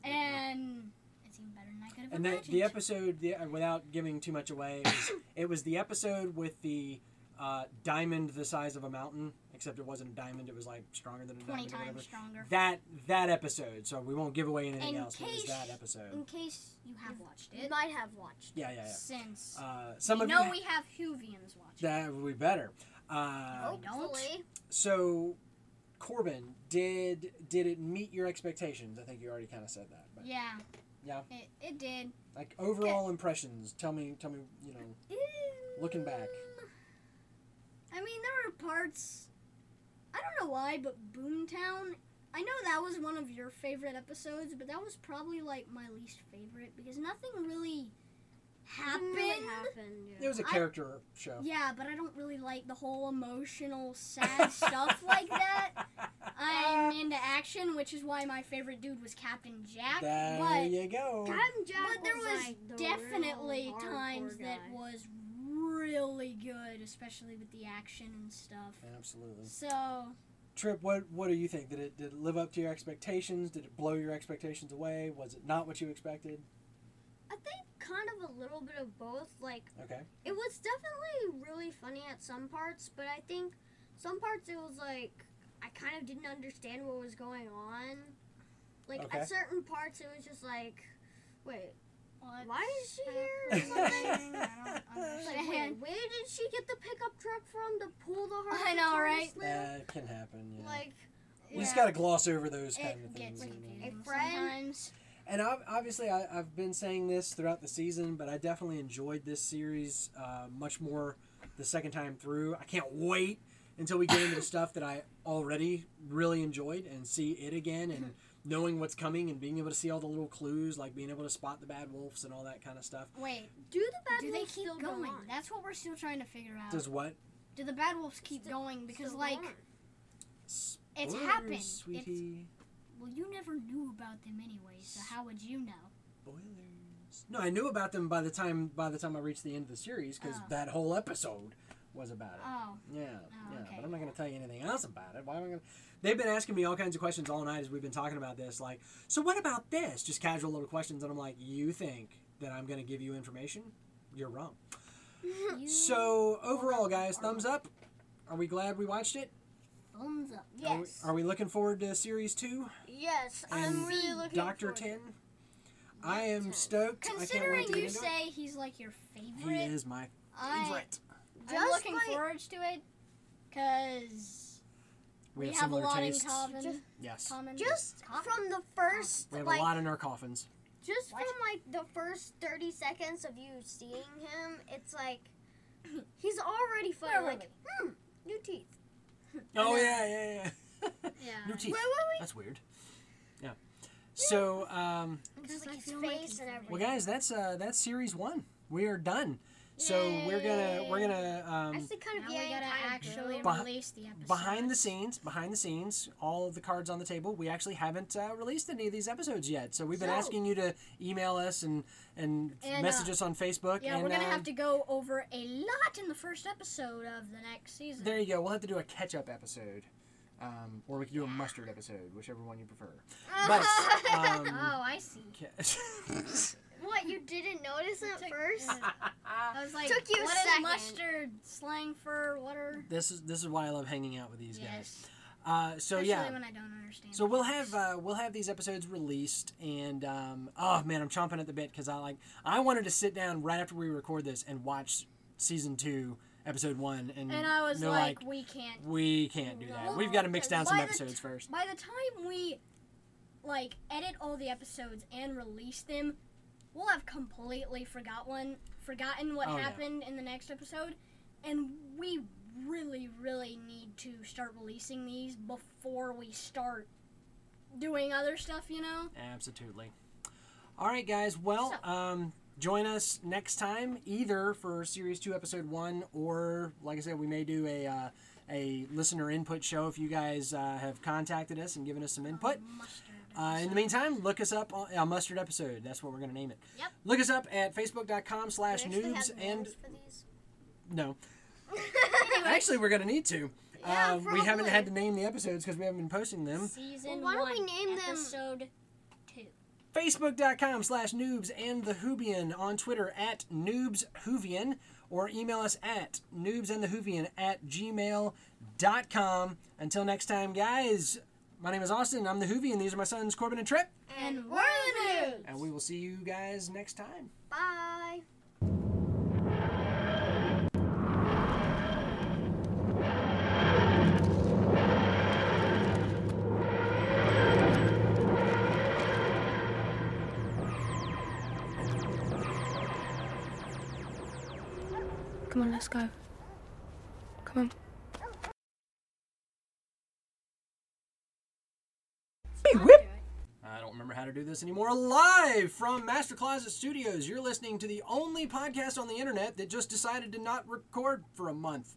[SPEAKER 2] And it's even better than I could have
[SPEAKER 1] and the,
[SPEAKER 2] imagined.
[SPEAKER 1] the episode, the, uh, without giving too much away, it was, it was the episode with the uh, diamond the size of a mountain, except it wasn't a diamond; it was like stronger than a
[SPEAKER 2] 20
[SPEAKER 1] diamond. or whatever.
[SPEAKER 2] times stronger.
[SPEAKER 1] That that episode. So we won't give away anything
[SPEAKER 2] In
[SPEAKER 1] else. But it was
[SPEAKER 2] case-
[SPEAKER 1] that episode.
[SPEAKER 2] In case you have watched
[SPEAKER 5] you
[SPEAKER 2] it,
[SPEAKER 5] might have watched
[SPEAKER 1] Yeah, yeah,
[SPEAKER 2] since
[SPEAKER 1] yeah. Uh, some
[SPEAKER 2] we
[SPEAKER 1] of
[SPEAKER 2] know
[SPEAKER 1] you
[SPEAKER 2] we Oh, have Huvians watching.
[SPEAKER 1] that would be better. Uh,
[SPEAKER 2] No, we don't.
[SPEAKER 5] Hopefully.
[SPEAKER 1] So, Corbin, did did it meet your expectations? I think you already kind of said that, but
[SPEAKER 2] Yeah.
[SPEAKER 1] Yeah.
[SPEAKER 2] It, it did.
[SPEAKER 1] like overall impressions. Tell me, tell me, you know, looking back.
[SPEAKER 2] I mean, there were parts. I don't know why, but Boomtown. I know that was one of your favorite episodes, but that was probably like my least favorite because nothing really happened.
[SPEAKER 3] happened.
[SPEAKER 1] It was a
[SPEAKER 2] I-
[SPEAKER 1] character show.
[SPEAKER 2] Yeah, but I don't really like the whole emotional, sad stuff like that.
[SPEAKER 3] Uh,
[SPEAKER 2] I'm into action, which is why my favorite dude was Captain Jack.
[SPEAKER 1] There
[SPEAKER 2] but
[SPEAKER 1] you go.
[SPEAKER 3] Time Jack
[SPEAKER 2] but there
[SPEAKER 3] was,
[SPEAKER 2] was
[SPEAKER 3] like, the
[SPEAKER 2] definitely
[SPEAKER 3] real hardcore
[SPEAKER 2] times that
[SPEAKER 3] guy.
[SPEAKER 2] was really good, especially with the action and stuff.
[SPEAKER 1] Absolutely.
[SPEAKER 2] So
[SPEAKER 1] Trip, what what do you think? Did it did it live up to your expectations? Did it blow your expectations away? Was it not what you expected?
[SPEAKER 3] I think kind of a little bit of both. Like
[SPEAKER 1] Okay.
[SPEAKER 3] it was definitely really funny at some parts, but I think some parts it was like I kind of didn't understand what was going on. Like
[SPEAKER 1] Okay.
[SPEAKER 3] at certain parts, it was just like, wait,
[SPEAKER 2] what's
[SPEAKER 3] why is she here? Or
[SPEAKER 2] happening?
[SPEAKER 3] something.
[SPEAKER 2] I don't
[SPEAKER 3] It's like, wait,
[SPEAKER 2] understand.
[SPEAKER 3] where did she get the pickup truck from to pull the hard?
[SPEAKER 2] I know, right?
[SPEAKER 1] That can happen. Yeah.
[SPEAKER 3] Like,
[SPEAKER 1] you just
[SPEAKER 2] Yeah,
[SPEAKER 1] gotta gloss over those kind
[SPEAKER 2] it
[SPEAKER 1] of
[SPEAKER 2] gets
[SPEAKER 1] things. you know.
[SPEAKER 2] confusing
[SPEAKER 3] A friend-
[SPEAKER 2] sometimes.
[SPEAKER 1] And ob- obviously, I, I've been saying this throughout the season, but I definitely enjoyed this series uh, much more the second time through. I can't wait until we get into the stuff that I already really enjoyed and see it again and knowing what's coming and being able to see all the little clues, like being able to spot the bad wolves and all that kind of stuff.
[SPEAKER 2] Wait,
[SPEAKER 3] do the bad
[SPEAKER 2] do they
[SPEAKER 3] wolves still
[SPEAKER 2] keep
[SPEAKER 3] go
[SPEAKER 2] going?
[SPEAKER 3] on?
[SPEAKER 2] That's what we're still trying to figure out.
[SPEAKER 1] Does what?
[SPEAKER 2] do the bad wolves keep
[SPEAKER 3] Still-
[SPEAKER 2] going? Because
[SPEAKER 3] Still
[SPEAKER 2] like,
[SPEAKER 3] go on.
[SPEAKER 2] It's
[SPEAKER 1] Spoilers,
[SPEAKER 2] happened. It's-
[SPEAKER 1] Sweetie.
[SPEAKER 2] well, you never knew about them anyway, so how would you know?
[SPEAKER 1] Spoilers. No, I knew about them by the time by the time I reached the end of the series because
[SPEAKER 2] Oh.
[SPEAKER 1] that whole episode was about it.
[SPEAKER 2] Oh,
[SPEAKER 1] Yeah,
[SPEAKER 2] Oh,
[SPEAKER 1] yeah,
[SPEAKER 2] okay.
[SPEAKER 1] but I'm not going to tell you anything else about it. Why am I going to? They've been asking me all kinds of questions all night as we've been talking about this. Like, so what about this? Just casual little questions, and I'm like, you think that I'm going to give you information? You're wrong.
[SPEAKER 2] you
[SPEAKER 1] So overall, guys, thumbs up. Are we glad we watched it?
[SPEAKER 2] thumbs up.
[SPEAKER 1] Are we-
[SPEAKER 3] Yes.
[SPEAKER 1] Are we, looking forward to series two
[SPEAKER 3] Yes,
[SPEAKER 1] and
[SPEAKER 3] I'm really looking
[SPEAKER 1] Doctor
[SPEAKER 3] forward to
[SPEAKER 1] Ten? I am
[SPEAKER 3] 10.
[SPEAKER 1] stoked. I
[SPEAKER 2] Considering
[SPEAKER 1] can't wait to get
[SPEAKER 2] you
[SPEAKER 1] into
[SPEAKER 2] say he's like your
[SPEAKER 1] it.
[SPEAKER 2] favorite,
[SPEAKER 1] he is my
[SPEAKER 2] I,
[SPEAKER 1] favorite.
[SPEAKER 2] I'm
[SPEAKER 3] Just
[SPEAKER 2] looking
[SPEAKER 3] like-
[SPEAKER 2] forward to it because we, have, a
[SPEAKER 1] similar
[SPEAKER 2] lot
[SPEAKER 1] tastes.
[SPEAKER 2] in common.
[SPEAKER 3] Just-
[SPEAKER 1] Yes,
[SPEAKER 2] common.
[SPEAKER 3] Just from the first,
[SPEAKER 1] we have
[SPEAKER 3] like,
[SPEAKER 1] a lot in our coffins.
[SPEAKER 3] just
[SPEAKER 2] What?
[SPEAKER 3] from like the first thirty seconds of you seeing him, it's like he's already funny.
[SPEAKER 2] Where were
[SPEAKER 3] Like, hmm, new teeth.
[SPEAKER 1] Oh yeah, yeah, yeah.
[SPEAKER 2] yeah.
[SPEAKER 1] New teeth.
[SPEAKER 3] Where were we?
[SPEAKER 1] That's weird. Yeah. So, um,
[SPEAKER 3] Just like his
[SPEAKER 2] feel like
[SPEAKER 3] face
[SPEAKER 2] he's
[SPEAKER 3] and
[SPEAKER 2] funny.
[SPEAKER 3] everything.
[SPEAKER 1] well, guys, that's uh, that's series one. We are done. So we're gonna we're gonna um,
[SPEAKER 3] Actually, kind of
[SPEAKER 2] Now
[SPEAKER 3] yeah,
[SPEAKER 2] we gotta
[SPEAKER 3] kind of
[SPEAKER 2] actually
[SPEAKER 1] Behi-
[SPEAKER 2] release the episode.
[SPEAKER 1] behind the scenes behind the scenes all of the cards on the table. We actually haven't uh, released any of these episodes yet. So we've been
[SPEAKER 3] No.
[SPEAKER 1] asking you to email us and and,
[SPEAKER 2] And,
[SPEAKER 1] message
[SPEAKER 2] uh,
[SPEAKER 1] us on Facebook.
[SPEAKER 2] Yeah,
[SPEAKER 1] and,
[SPEAKER 2] we're gonna
[SPEAKER 1] um,
[SPEAKER 2] have to go over a lot in the first episode of the next season.
[SPEAKER 1] There you go. We'll have to do a catch up episode. Um, or we could do a mustard episode, whichever one you prefer. But um,
[SPEAKER 2] oh, I see. Oh.
[SPEAKER 1] ca-
[SPEAKER 3] What you didn't notice at
[SPEAKER 2] Took-
[SPEAKER 3] first?
[SPEAKER 2] I was like,
[SPEAKER 3] Took you a
[SPEAKER 2] what is
[SPEAKER 3] second.
[SPEAKER 2] mustard slang for? What are?
[SPEAKER 1] this is this is why I love hanging out with these guys.
[SPEAKER 2] Yes.
[SPEAKER 1] Uh, so
[SPEAKER 2] Especially
[SPEAKER 1] yeah,
[SPEAKER 2] when I don't understand.
[SPEAKER 1] So we'll have uh, we'll have these episodes released, and um, oh man, I'm chomping at the bit because I like I wanted to sit down right after we record this and watch season two, episode one, and,
[SPEAKER 2] and I was
[SPEAKER 1] they're
[SPEAKER 2] like, we can't.
[SPEAKER 1] we can't do that.
[SPEAKER 2] No,
[SPEAKER 1] We've got to mix down some
[SPEAKER 2] by the
[SPEAKER 1] episodes
[SPEAKER 2] t-
[SPEAKER 1] first.
[SPEAKER 2] By the time we, like, edit all the episodes and release them, we'll have completely forgot one, forgotten what
[SPEAKER 1] Oh, yeah.
[SPEAKER 2] happened in the next episode, and we really, really need to start releasing these before we start doing other stuff. You know.
[SPEAKER 1] Absolutely. All right, guys. Well, um, join us next time either for series two, episode one, or like I said, we may do a uh, a listener input show if you guys uh, have contacted us and given us some input.
[SPEAKER 2] Mustard.
[SPEAKER 1] Uh, in the meantime, look us up on a mustard episode. That's what we're going to name it.
[SPEAKER 2] Yep.
[SPEAKER 1] Look us up at facebook.com
[SPEAKER 3] We
[SPEAKER 1] slash
[SPEAKER 3] actually have
[SPEAKER 1] noobs and
[SPEAKER 3] names for these.
[SPEAKER 1] no. Actually, we're going to need to.
[SPEAKER 3] Yeah,
[SPEAKER 1] uh, we haven't
[SPEAKER 3] probably.
[SPEAKER 1] had to name the episodes because we haven't been posting them.
[SPEAKER 2] Season
[SPEAKER 3] Well, why don't we
[SPEAKER 2] one,
[SPEAKER 3] name them-
[SPEAKER 2] episode two.
[SPEAKER 1] Facebook.com slash noobs and the Hoovian on Twitter at noobs Hoovian or email us at noobs and the Hoovian at gmail.com. Until next time, guys, my name is Austin. I'm the Hoovian. These are my sons, Corbin and Trip.
[SPEAKER 2] And we're the news.
[SPEAKER 1] And we will see you guys next time.
[SPEAKER 3] Bye.
[SPEAKER 6] Come on, let's go.
[SPEAKER 7] Come on. Hey, whip.
[SPEAKER 1] I don't remember how to do this anymore. Live from Master Closet Studios, you're listening to the only podcast on the internet that just decided to not record for a month.